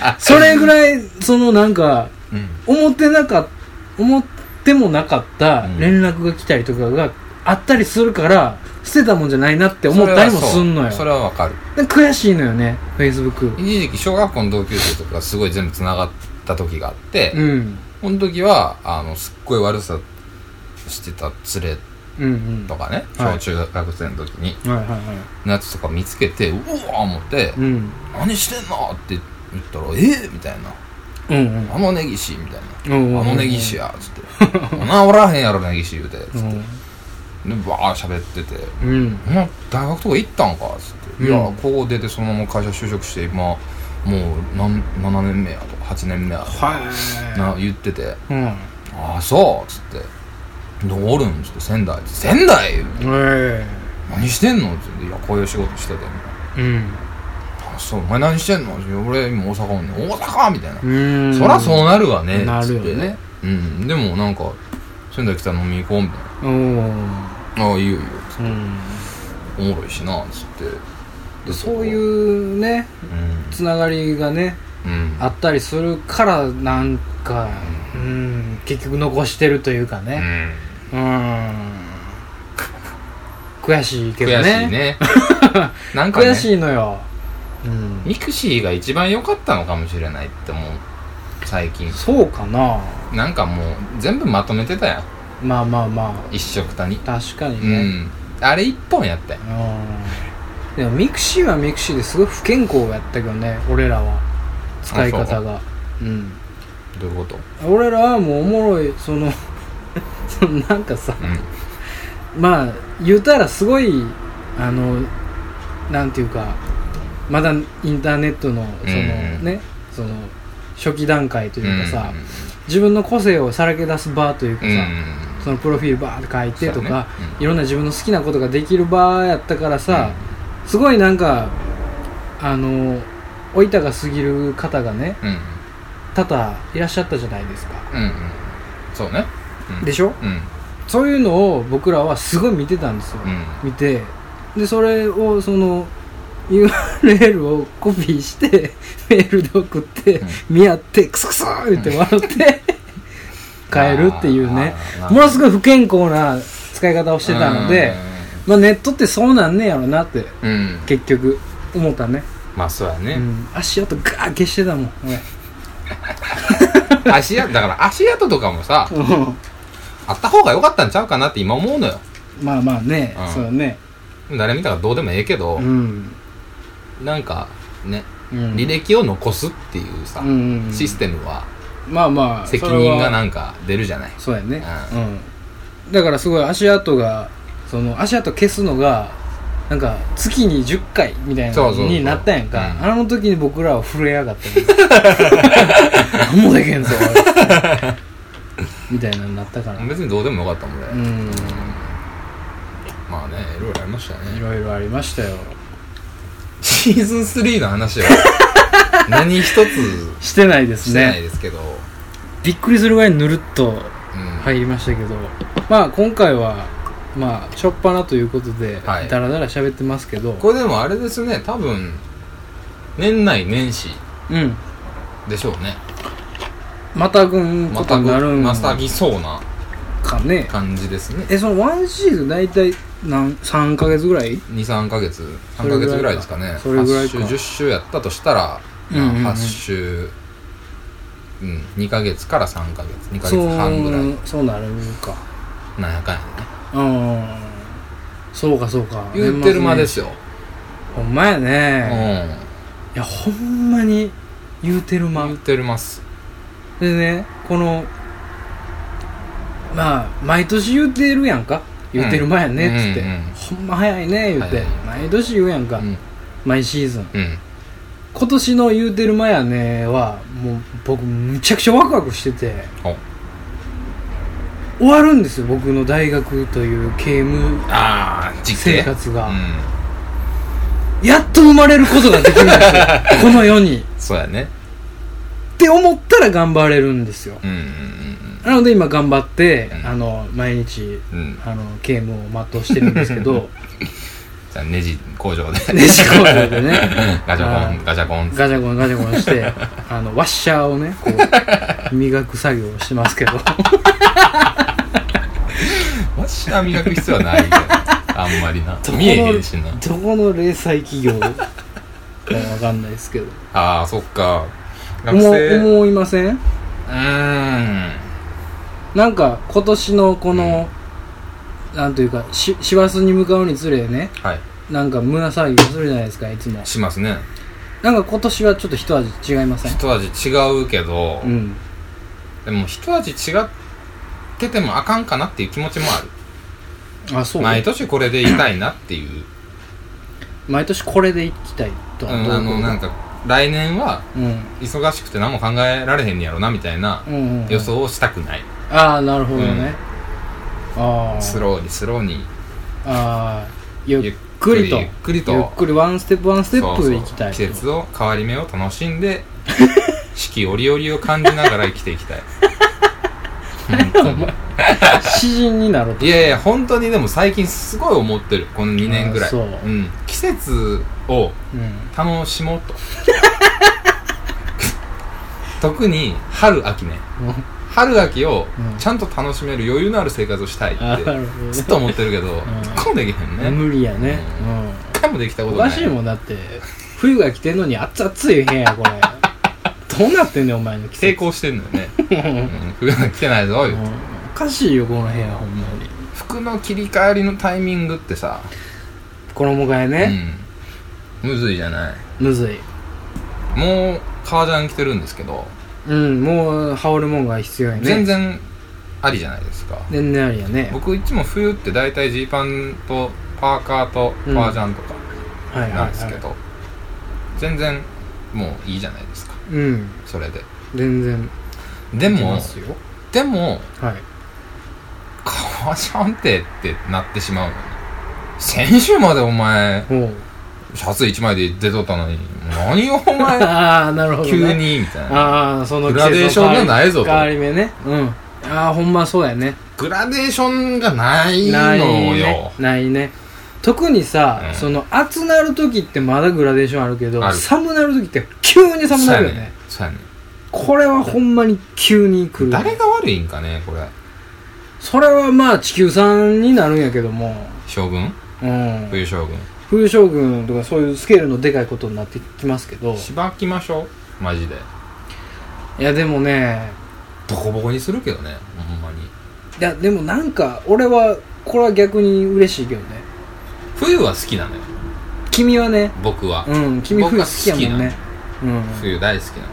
[SPEAKER 2] なそれぐらいそのなんか
[SPEAKER 1] うん
[SPEAKER 2] 思ってなかっ思ってもなかった連絡が来たりとかがあったりするから捨てたもんじゃないなって思ったりもすんのよ
[SPEAKER 1] それはそうそれはわかる
[SPEAKER 2] で悔しいのよねフェイスブック
[SPEAKER 1] 一時期小学校の同級生とかすごい全部つながった時があって、
[SPEAKER 2] うん
[SPEAKER 1] この時はあのすっごい悪さしてた連れ
[SPEAKER 2] うんうん
[SPEAKER 1] と
[SPEAKER 2] は
[SPEAKER 1] かね
[SPEAKER 2] はい
[SPEAKER 1] 小中学生の時に
[SPEAKER 2] いはいは
[SPEAKER 1] のやつとか見つけてうわー思って
[SPEAKER 2] いうん
[SPEAKER 1] 「何してんの?」って言ったら「えーみたいな
[SPEAKER 2] うんう
[SPEAKER 1] 「
[SPEAKER 2] ん
[SPEAKER 1] あの根岸」みたいな
[SPEAKER 2] う
[SPEAKER 1] 「あ
[SPEAKER 2] ん
[SPEAKER 1] の根岸や」つって <laughs> 「おなおらへんやろ根岸」言うてつって
[SPEAKER 2] う
[SPEAKER 1] で
[SPEAKER 2] ん
[SPEAKER 1] バー喋ってて
[SPEAKER 2] うん
[SPEAKER 1] 「お前大学とか行ったんか」つって「いや
[SPEAKER 2] うん
[SPEAKER 1] 高校出てそのまま会社就職して今もうなん7年目や」とか「8年目や」とか
[SPEAKER 2] は
[SPEAKER 1] な言ってて
[SPEAKER 2] いうん
[SPEAKER 1] 「ああそう」つって「どうおるん?」つって「仙台」仙台?」
[SPEAKER 2] え
[SPEAKER 1] 何してんの?」って言って「いやこういう仕事してて」みたいな
[SPEAKER 2] えうん
[SPEAKER 1] あそうお前何してんのいや俺今大阪おんねん大阪みたいな、
[SPEAKER 2] うん
[SPEAKER 1] そらそうなるわね
[SPEAKER 2] なる
[SPEAKER 1] つ
[SPEAKER 2] よね
[SPEAKER 1] ってうんでもなんか仙台来たら飲みに行こうみたい
[SPEAKER 2] おー
[SPEAKER 1] なああいいよいいよ
[SPEAKER 2] うん
[SPEAKER 1] おもろいしなつって
[SPEAKER 2] でそう
[SPEAKER 1] う
[SPEAKER 2] いうね
[SPEAKER 1] ん
[SPEAKER 2] つながりがね
[SPEAKER 1] うん
[SPEAKER 2] あったりするからなんかうん結局残してるというか
[SPEAKER 1] う
[SPEAKER 2] ね
[SPEAKER 1] ん
[SPEAKER 2] うん悔しいけど
[SPEAKER 1] 悔しい
[SPEAKER 2] ね <laughs>
[SPEAKER 1] ねなんかね
[SPEAKER 2] 悔しいのようん
[SPEAKER 1] ミクシーが一番良かったのかもしれないって思う最近
[SPEAKER 2] そうかな
[SPEAKER 1] なんかもう全部まとめてたやん
[SPEAKER 2] まあまあま
[SPEAKER 1] 一色たに
[SPEAKER 2] あ確かに
[SPEAKER 1] う
[SPEAKER 2] ね
[SPEAKER 1] んあれ一本やったよ
[SPEAKER 2] うんでもミクシーはミクシーですごい不健康やったけどね俺らは使い方がうん
[SPEAKER 1] どういうこと
[SPEAKER 2] 俺らはもうおもろいその <laughs> そのなんかさ
[SPEAKER 1] うん
[SPEAKER 2] まあ言うたらすごいあのなんていうかまだインターネットのその、
[SPEAKER 1] うん
[SPEAKER 2] ねその初期段階というかさ、
[SPEAKER 1] うん
[SPEAKER 2] 自分の個性をさらけ出す場というかさ、
[SPEAKER 1] うん
[SPEAKER 2] そのプロフィールバーって書いてと
[SPEAKER 1] そうや
[SPEAKER 2] か、
[SPEAKER 1] ねうん
[SPEAKER 2] いろんな自分の好きなことができる場やったからさ、すごいなんかあの老いたが過ぎる方がね
[SPEAKER 1] うん
[SPEAKER 2] 多々いらっしゃったじゃないですか、
[SPEAKER 1] うんうんそうねうん
[SPEAKER 2] でしょ
[SPEAKER 1] うん
[SPEAKER 2] そういうのを僕らはすごい見てたんですよ、
[SPEAKER 1] うん
[SPEAKER 2] 見てでそれをその URL をコピーして <laughs> メールで送って、
[SPEAKER 1] うん
[SPEAKER 2] 見合ってクソクソ言って笑って、変えるっていうね
[SPEAKER 1] あー
[SPEAKER 2] ものすごい不健康な使い方をしてたので、まあ、ネットってそうなんねやろなって
[SPEAKER 1] うんうん
[SPEAKER 2] 結局思ったね、
[SPEAKER 1] まあそうや
[SPEAKER 2] う
[SPEAKER 1] ね
[SPEAKER 2] ん、足音ガー消してたもん俺
[SPEAKER 1] 足跡だから足跡とかもさあった方が良かったんちゃうかなって今思うのよ
[SPEAKER 2] まあまあね、
[SPEAKER 1] うん
[SPEAKER 2] そうだね
[SPEAKER 1] 誰見たかどうでもええけど
[SPEAKER 2] うん、
[SPEAKER 1] なんかね
[SPEAKER 2] うん、
[SPEAKER 1] 履歴を残すっていうさ
[SPEAKER 2] うんうんうん
[SPEAKER 1] システムは
[SPEAKER 2] まあまあ
[SPEAKER 1] 責任が
[SPEAKER 2] い
[SPEAKER 1] なんか出るじゃない
[SPEAKER 2] そうやね、
[SPEAKER 1] う
[SPEAKER 2] うんだからすごい足跡がその足跡消すのがなんか月に10回みたいな
[SPEAKER 1] そう
[SPEAKER 2] の
[SPEAKER 1] そうそう
[SPEAKER 2] になったんやんか
[SPEAKER 1] うん
[SPEAKER 2] あの時に僕らは震えや
[SPEAKER 1] <laughs>
[SPEAKER 2] がったよ何もでけんぞ俺みたいなのになったからう
[SPEAKER 1] 別にどうでもよかったもんね
[SPEAKER 2] ん
[SPEAKER 1] まあねいろいろありました
[SPEAKER 2] い
[SPEAKER 1] ね
[SPEAKER 2] ろいろありましたよ
[SPEAKER 1] シーズン3の話は
[SPEAKER 2] <laughs>
[SPEAKER 1] 何一つ
[SPEAKER 2] してないです
[SPEAKER 1] してない
[SPEAKER 2] ね
[SPEAKER 1] ですけど
[SPEAKER 2] びっくりするぐらいぬるっと
[SPEAKER 1] うん
[SPEAKER 2] 入りましたけどまあ今回はまあ初っ端ということで
[SPEAKER 1] はい
[SPEAKER 2] ダラダラ喋ってますけど
[SPEAKER 1] これでもあれですね多分年内年始
[SPEAKER 2] うん
[SPEAKER 1] でしょうね
[SPEAKER 2] またぐんこ
[SPEAKER 1] ま
[SPEAKER 2] と
[SPEAKER 1] た
[SPEAKER 2] になるん
[SPEAKER 1] またぎそうな
[SPEAKER 2] かね
[SPEAKER 1] 感じですね
[SPEAKER 2] えそのワンシーズン大体何3ヶ月ぐらい
[SPEAKER 1] 23ヶ月
[SPEAKER 2] そ
[SPEAKER 1] 3
[SPEAKER 2] れ
[SPEAKER 1] ヶ
[SPEAKER 2] ぐら
[SPEAKER 1] 月ぐら
[SPEAKER 2] いか
[SPEAKER 1] いですかね
[SPEAKER 2] それぐらいか
[SPEAKER 1] 8週10週やったとしたら、
[SPEAKER 2] うんうんうん
[SPEAKER 1] まあ8週うん2ヶ月から3ヶ月2ヶ月
[SPEAKER 2] そう
[SPEAKER 1] 半ぐらい
[SPEAKER 2] そうなるか
[SPEAKER 1] なんやかんやね
[SPEAKER 2] うんそうかそうか
[SPEAKER 1] 言ってる間で
[SPEAKER 2] 年
[SPEAKER 1] すよ、
[SPEAKER 2] 末ねほんまやね、いやほんまに言うてる
[SPEAKER 1] うん
[SPEAKER 2] 間
[SPEAKER 1] 言ってるます
[SPEAKER 2] でねこのまあ毎年言うてるやんか言うてる間やねっつって、
[SPEAKER 1] うんうんうん
[SPEAKER 2] ほんま早いね言うて、
[SPEAKER 1] 早い
[SPEAKER 2] 毎年言うやんか、
[SPEAKER 1] うん
[SPEAKER 2] 毎シーズン
[SPEAKER 1] うん
[SPEAKER 2] 今年の言うてる間やねはもう僕むちゃくちゃワクワクしてて
[SPEAKER 1] お
[SPEAKER 2] 終わるんですよ僕の大学という刑務
[SPEAKER 1] ああ実
[SPEAKER 2] 生
[SPEAKER 1] 刑
[SPEAKER 2] 活が、
[SPEAKER 1] うん
[SPEAKER 2] やっと生まれることができるんです
[SPEAKER 1] <laughs>
[SPEAKER 2] よこの世にっ
[SPEAKER 1] そうやね
[SPEAKER 2] て思ったら頑張れるんですよ
[SPEAKER 1] うんうん
[SPEAKER 2] なので今頑張って、
[SPEAKER 1] うん
[SPEAKER 2] あの毎日
[SPEAKER 1] うんうん
[SPEAKER 2] あの刑務を全うしてるんですけ
[SPEAKER 1] <laughs>
[SPEAKER 2] ど
[SPEAKER 1] じゃあネジ工場で
[SPEAKER 2] ネジ工場でね
[SPEAKER 1] <laughs> ガチャコ
[SPEAKER 2] あ
[SPEAKER 1] ンガチャコン
[SPEAKER 2] ガチャゴンガチャゴンしてあのワッシャーをねこう磨く作業をしてますけど
[SPEAKER 1] ワッ舌磨く必要はないよあんまり
[SPEAKER 2] <laughs>
[SPEAKER 1] な <laughs> 見えへんしな
[SPEAKER 2] どこの零細企業かわかんないですけど
[SPEAKER 1] ああそっか学
[SPEAKER 2] 思
[SPEAKER 1] 生
[SPEAKER 2] う
[SPEAKER 1] う
[SPEAKER 2] 思いません
[SPEAKER 1] ーん
[SPEAKER 2] なんか今年のこの、なんというかし師走に向かうにつれね
[SPEAKER 1] はい
[SPEAKER 2] なんか胸騒ぎをするじゃないですかいつも
[SPEAKER 1] しますね
[SPEAKER 2] なんか今年はちょっと一味違いません
[SPEAKER 1] 一味違うけど、
[SPEAKER 2] うん
[SPEAKER 1] でも一味違っててもあかんかなっていう気持ちもある
[SPEAKER 2] あそう
[SPEAKER 1] 毎年これで痛いなっていう、
[SPEAKER 2] 毎年これで行きたいと
[SPEAKER 1] うん、
[SPEAKER 2] はどう
[SPEAKER 1] あ
[SPEAKER 2] いう
[SPEAKER 1] の
[SPEAKER 2] こと
[SPEAKER 1] なんか来年は
[SPEAKER 2] うん
[SPEAKER 1] 忙しくて何も考えられへんやろなみたいな
[SPEAKER 2] うんうん
[SPEAKER 1] 予想をしたくない、
[SPEAKER 2] ああなるほどね、
[SPEAKER 1] うん
[SPEAKER 2] ああ
[SPEAKER 1] スローにスローに
[SPEAKER 2] ああゆっくりと
[SPEAKER 1] ゆっくりと
[SPEAKER 2] ゆっくりワンステップワンステップで行きたい
[SPEAKER 1] そうそう季節を変わり目を楽しん
[SPEAKER 2] <laughs>
[SPEAKER 1] で四季折々を感じながら生きていきたい
[SPEAKER 2] 詩人になろうと
[SPEAKER 1] いやいや本当にでも最近すごい思ってるこの2年ぐら
[SPEAKER 2] あ
[SPEAKER 1] い、
[SPEAKER 2] そうん
[SPEAKER 1] 季節を
[SPEAKER 2] うん
[SPEAKER 1] 楽しもうと <laughs> 特に春秋ね春秋を
[SPEAKER 2] うん
[SPEAKER 1] ちゃんと楽しめる余裕のある生活をしたいっ
[SPEAKER 2] あーな
[SPEAKER 1] て
[SPEAKER 2] るほど
[SPEAKER 1] ずっと思ってるけど突っ込んでいけへん
[SPEAKER 2] ね
[SPEAKER 1] ね
[SPEAKER 2] 無理やね
[SPEAKER 1] う
[SPEAKER 2] うん
[SPEAKER 1] 一回もできたこ
[SPEAKER 2] お
[SPEAKER 1] とない
[SPEAKER 2] かしいもんだって冬が来てんのに熱々言えへんやこれ
[SPEAKER 1] <laughs>
[SPEAKER 2] どうなってんねんお前の季節
[SPEAKER 1] 成功してんのよね、うん、冬が来てないぞ言うて
[SPEAKER 2] うんおかしいよこの部屋ほんまに
[SPEAKER 1] 服の切り替えりのタイミングってさ、
[SPEAKER 2] 衣替え
[SPEAKER 1] う
[SPEAKER 2] ね、
[SPEAKER 1] ん、むずいじゃない
[SPEAKER 2] むずい
[SPEAKER 1] もう革ジャン着てるんですけど、
[SPEAKER 2] うんもう羽織るもんが必要やね
[SPEAKER 1] 全然ありじゃないですか
[SPEAKER 2] 全然ありやね
[SPEAKER 1] 僕いつも冬って大体ジーパンとパーカーと革ジャンとか
[SPEAKER 2] はいはい、
[SPEAKER 1] な
[SPEAKER 2] は
[SPEAKER 1] ん
[SPEAKER 2] い、
[SPEAKER 1] ですけど、全然もういいじゃないですか
[SPEAKER 2] うん
[SPEAKER 1] それで
[SPEAKER 2] 全然
[SPEAKER 1] で
[SPEAKER 2] いけ
[SPEAKER 1] も
[SPEAKER 2] ますよ
[SPEAKER 1] でも
[SPEAKER 2] はい
[SPEAKER 1] 革ジャンってってなってしまうのね先週までお前
[SPEAKER 2] ほう
[SPEAKER 1] シャツ1枚で出とったのに何
[SPEAKER 2] <laughs>
[SPEAKER 1] をお前
[SPEAKER 2] ああなるほど、ね、
[SPEAKER 1] 急にみたいな
[SPEAKER 2] ああその
[SPEAKER 1] グラデーションがないぞと
[SPEAKER 2] 変わり目ねうんああほんまそうやね
[SPEAKER 1] グラデーションがない
[SPEAKER 2] ない
[SPEAKER 1] のよ
[SPEAKER 2] ね。ないね特にさ、
[SPEAKER 1] うん
[SPEAKER 2] その暑なる時ってまだグラデーションあるけど
[SPEAKER 1] ある
[SPEAKER 2] 寒なる時って急に寒なるよね
[SPEAKER 1] そうやねん。
[SPEAKER 2] これはほんまに急に来
[SPEAKER 1] そうやねん
[SPEAKER 2] る
[SPEAKER 1] 誰が悪いんかね、これ。
[SPEAKER 2] それはまあ地球さんになるんやけども
[SPEAKER 1] 将軍
[SPEAKER 2] うん
[SPEAKER 1] 冬将軍。
[SPEAKER 2] 冬将軍とかそういうスケールのでかいことになってきますけど
[SPEAKER 1] しばきましょう。マジで。
[SPEAKER 2] いやでもね
[SPEAKER 1] ボコボコにするけどね、ほんまに。
[SPEAKER 2] いやでもなんか俺はこれは逆に嬉しいけどね
[SPEAKER 1] 冬は好きなのよ、
[SPEAKER 2] 君はね
[SPEAKER 1] 僕は。
[SPEAKER 2] うん君冬好きやもんねうん、好
[SPEAKER 1] 冬大好きなの。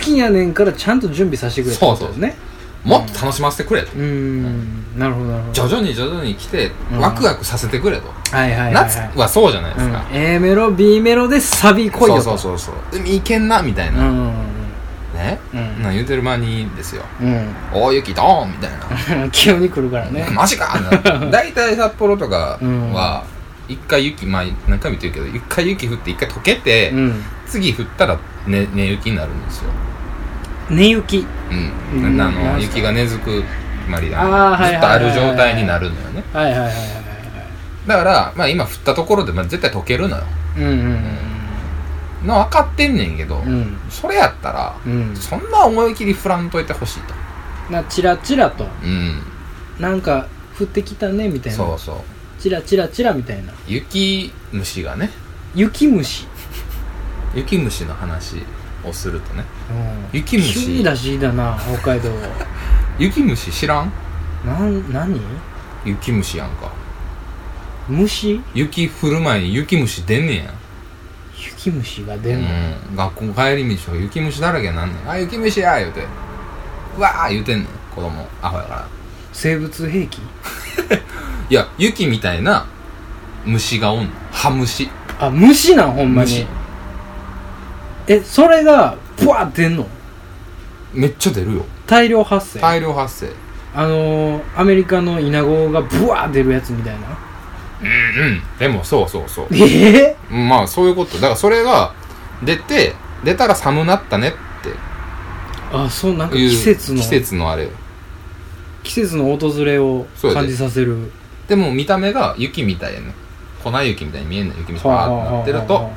[SPEAKER 2] きやねんからちゃんと準備させてくれってことですね
[SPEAKER 1] もっと楽しませてくれと。
[SPEAKER 2] うーんなるほどなるほ
[SPEAKER 1] 徐
[SPEAKER 2] ど
[SPEAKER 1] 々に徐々に来て
[SPEAKER 2] うん、
[SPEAKER 1] ワクワクさせてくれと。
[SPEAKER 2] はいはいはい、はい、
[SPEAKER 1] 夏はそうじゃないですか。
[SPEAKER 2] うん、A メロ B メロでサビ来いよ
[SPEAKER 1] そう
[SPEAKER 2] と
[SPEAKER 1] そうそうそう。海行けんな、みたい
[SPEAKER 2] うんう
[SPEAKER 1] な。
[SPEAKER 2] ん
[SPEAKER 1] ね。
[SPEAKER 2] うん
[SPEAKER 1] なん言うてる間にですよ。
[SPEAKER 2] うん
[SPEAKER 1] 大雪ドーンみたいな。
[SPEAKER 2] うん <laughs> 急に来るからね
[SPEAKER 1] マジ
[SPEAKER 2] <laughs>
[SPEAKER 1] か大体札幌とかは一回雪まあ何回も言ってるけど一回雪降って一回溶けて、
[SPEAKER 2] うん
[SPEAKER 1] 次降ったらね根、雪になるんですよ
[SPEAKER 2] 寝行き
[SPEAKER 1] うん、
[SPEAKER 2] うん
[SPEAKER 1] あの
[SPEAKER 2] なんすか
[SPEAKER 1] 雪が根付くまり
[SPEAKER 2] あー
[SPEAKER 1] あの
[SPEAKER 2] はい
[SPEAKER 1] ず
[SPEAKER 2] はい
[SPEAKER 1] っと
[SPEAKER 2] はい
[SPEAKER 1] あ
[SPEAKER 2] はい
[SPEAKER 1] る状態になるのよね
[SPEAKER 2] はいはいはいはい
[SPEAKER 1] だから、まあ、今降ったところで、まあ、絶対溶けるのよ
[SPEAKER 2] はいうんうん
[SPEAKER 1] の分かってんねんけど、
[SPEAKER 2] うん
[SPEAKER 1] それやったら、
[SPEAKER 2] うんうん
[SPEAKER 1] そんな思い切り降らんといてほしいと
[SPEAKER 2] なチラチラと
[SPEAKER 1] うん
[SPEAKER 2] なんか降ってきたねみたい
[SPEAKER 1] そ
[SPEAKER 2] な
[SPEAKER 1] うそう
[SPEAKER 2] チラチラチラみたいな
[SPEAKER 1] 雪虫がね
[SPEAKER 2] 雪虫
[SPEAKER 1] 雪虫の話をするとね
[SPEAKER 2] うん
[SPEAKER 1] 雪虫
[SPEAKER 2] 急に出しだな北海道
[SPEAKER 1] 雪虫知らん
[SPEAKER 2] <laughs> なん何
[SPEAKER 1] 雪虫やんか
[SPEAKER 2] 虫
[SPEAKER 1] 雪降る前に雪虫出んねんや
[SPEAKER 2] 雪虫が出んの、
[SPEAKER 1] うん、学校帰り道とか雪虫だらけになんねんあ雪虫や言うてうわー言うてんねん子供アホやから
[SPEAKER 2] 生物兵器
[SPEAKER 1] いや雪みたいな虫がおんねん歯虫
[SPEAKER 2] あ虫なんほんまに
[SPEAKER 1] 虫
[SPEAKER 2] えそれがブワーって出んの
[SPEAKER 1] めっちゃ出るよ
[SPEAKER 2] 大量発生、
[SPEAKER 1] 大量発生
[SPEAKER 2] あのー、アメリカのイナゴがブワー出るやつみたいな
[SPEAKER 1] うんうんでもそうそうそう
[SPEAKER 2] ええ
[SPEAKER 1] まあそういうことだからそれが出て出たら寒なったねっ
[SPEAKER 2] あそうなんか
[SPEAKER 1] ていう
[SPEAKER 2] 季節の
[SPEAKER 1] 季節のあれ
[SPEAKER 2] 季節の訪れを
[SPEAKER 1] そうやで
[SPEAKER 2] 感じさせる
[SPEAKER 1] でも見た目が雪みたいやね粉雪みたいに見えんの雪虫パーってなってる
[SPEAKER 2] はあはあ
[SPEAKER 1] と
[SPEAKER 2] はあはあ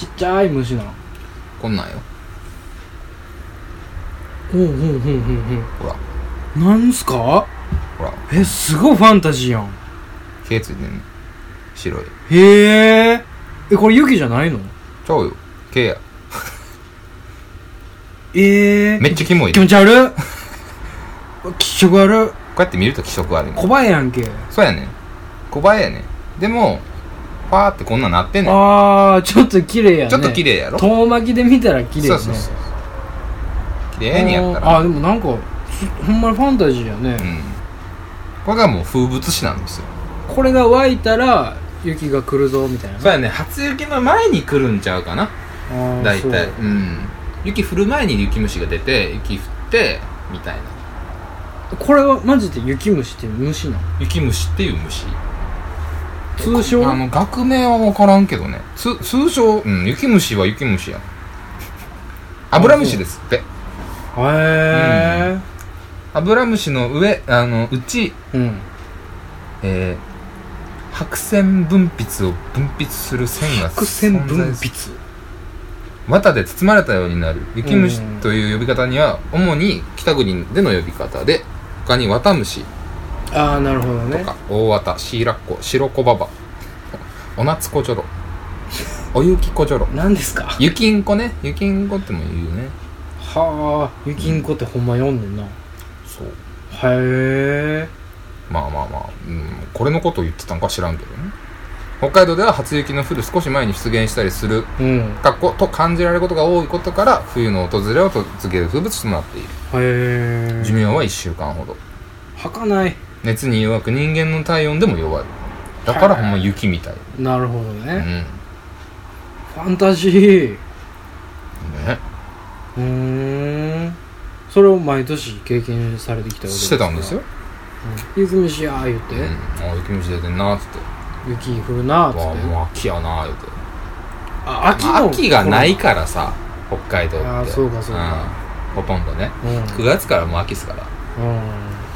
[SPEAKER 2] ちっちゃい虫なん
[SPEAKER 1] こんなんよ
[SPEAKER 2] ほうほうほうほう
[SPEAKER 1] ほ
[SPEAKER 2] ほ
[SPEAKER 1] ら
[SPEAKER 2] うなんすか
[SPEAKER 1] ほら
[SPEAKER 2] えすごいファンタジーやん
[SPEAKER 1] 毛ついてんね白い
[SPEAKER 2] へええこれ雪じゃないの
[SPEAKER 1] ちゃうよ毛や
[SPEAKER 2] ええ
[SPEAKER 1] めっちゃキモい
[SPEAKER 2] 気
[SPEAKER 1] ね
[SPEAKER 2] 持ち悪い気色悪い
[SPEAKER 1] こうやって見ると気色悪いね
[SPEAKER 2] 小林やんけ
[SPEAKER 1] そうやねん小映えやねんでもパーってこんなんなってんねん
[SPEAKER 2] ああちょっと綺麗やね
[SPEAKER 1] ちょっと綺麗やろ
[SPEAKER 2] 遠巻きで見たら綺麗
[SPEAKER 1] そ
[SPEAKER 2] ね
[SPEAKER 1] うそうそう綺麗にやった
[SPEAKER 2] あー
[SPEAKER 1] ら
[SPEAKER 2] あーでもなんかすほんまにファンタジーや
[SPEAKER 1] う
[SPEAKER 2] ね、
[SPEAKER 1] んこれがもう風物詩なんですよ
[SPEAKER 2] これが湧いたら雪が来るぞみたいな
[SPEAKER 1] そうやね初雪の前に来るんちゃうかな
[SPEAKER 2] あー
[SPEAKER 1] 大体
[SPEAKER 2] そう
[SPEAKER 1] うん雪降る前に雪虫が出て雪降ってみたいな
[SPEAKER 2] これはマジで雪虫っていう虫なの
[SPEAKER 1] 雪虫っていう虫
[SPEAKER 2] 通称
[SPEAKER 1] あの学名は分からんけどねつ通称うん雪虫は雪虫やアブラムシですって
[SPEAKER 2] へえ
[SPEAKER 1] アブラムシの上あのうち
[SPEAKER 2] うん
[SPEAKER 1] えー白線分泌を分泌する線が
[SPEAKER 2] 白線分
[SPEAKER 1] 存在する
[SPEAKER 2] 泌
[SPEAKER 1] 綿で包まれたようになる雪虫という呼び方には主に北国での呼び方で他に綿虫
[SPEAKER 2] ああなるほど
[SPEAKER 1] と
[SPEAKER 2] ね
[SPEAKER 1] か大綿シーラッコ白子ババおなつこちょろおゆきこちょろ
[SPEAKER 2] 何ですか
[SPEAKER 1] ゆきんこねゆきんこっても言うね
[SPEAKER 2] はあ雪んこってほんま読んでんなへ
[SPEAKER 1] そう
[SPEAKER 2] え
[SPEAKER 1] まあまあまあ、うん、これのことを言ってたんか知らんけどね北海道では初雪の降る少し前に出現したりする
[SPEAKER 2] うん
[SPEAKER 1] かっこと感じられることが多いことから冬の訪れを告げる風物詩となっている
[SPEAKER 2] へ
[SPEAKER 1] 寿
[SPEAKER 2] え
[SPEAKER 1] 命は1週間ほど
[SPEAKER 2] はかない
[SPEAKER 1] 熱に弱く人間の体温でも弱いだからほんま雪みたい
[SPEAKER 2] なるほど
[SPEAKER 1] う
[SPEAKER 2] ね
[SPEAKER 1] んね
[SPEAKER 2] ファンタジーうーんそれを毎年経験されてきたわけ
[SPEAKER 1] してたんですよ、
[SPEAKER 2] うん雪虫やー言っ
[SPEAKER 1] う
[SPEAKER 2] て
[SPEAKER 1] ん、、あ雪道出てんなーっつって
[SPEAKER 2] 雪降るなーっ
[SPEAKER 1] わあ
[SPEAKER 2] つって
[SPEAKER 1] もう秋やなー言って
[SPEAKER 2] あ <laughs> 秋
[SPEAKER 1] まあ
[SPEAKER 2] の
[SPEAKER 1] 秋がないからさ北海道って
[SPEAKER 2] あーそうかそうか
[SPEAKER 1] うん、ほとんどね
[SPEAKER 2] うん、うん、
[SPEAKER 1] 9月からもう秋っすから
[SPEAKER 2] は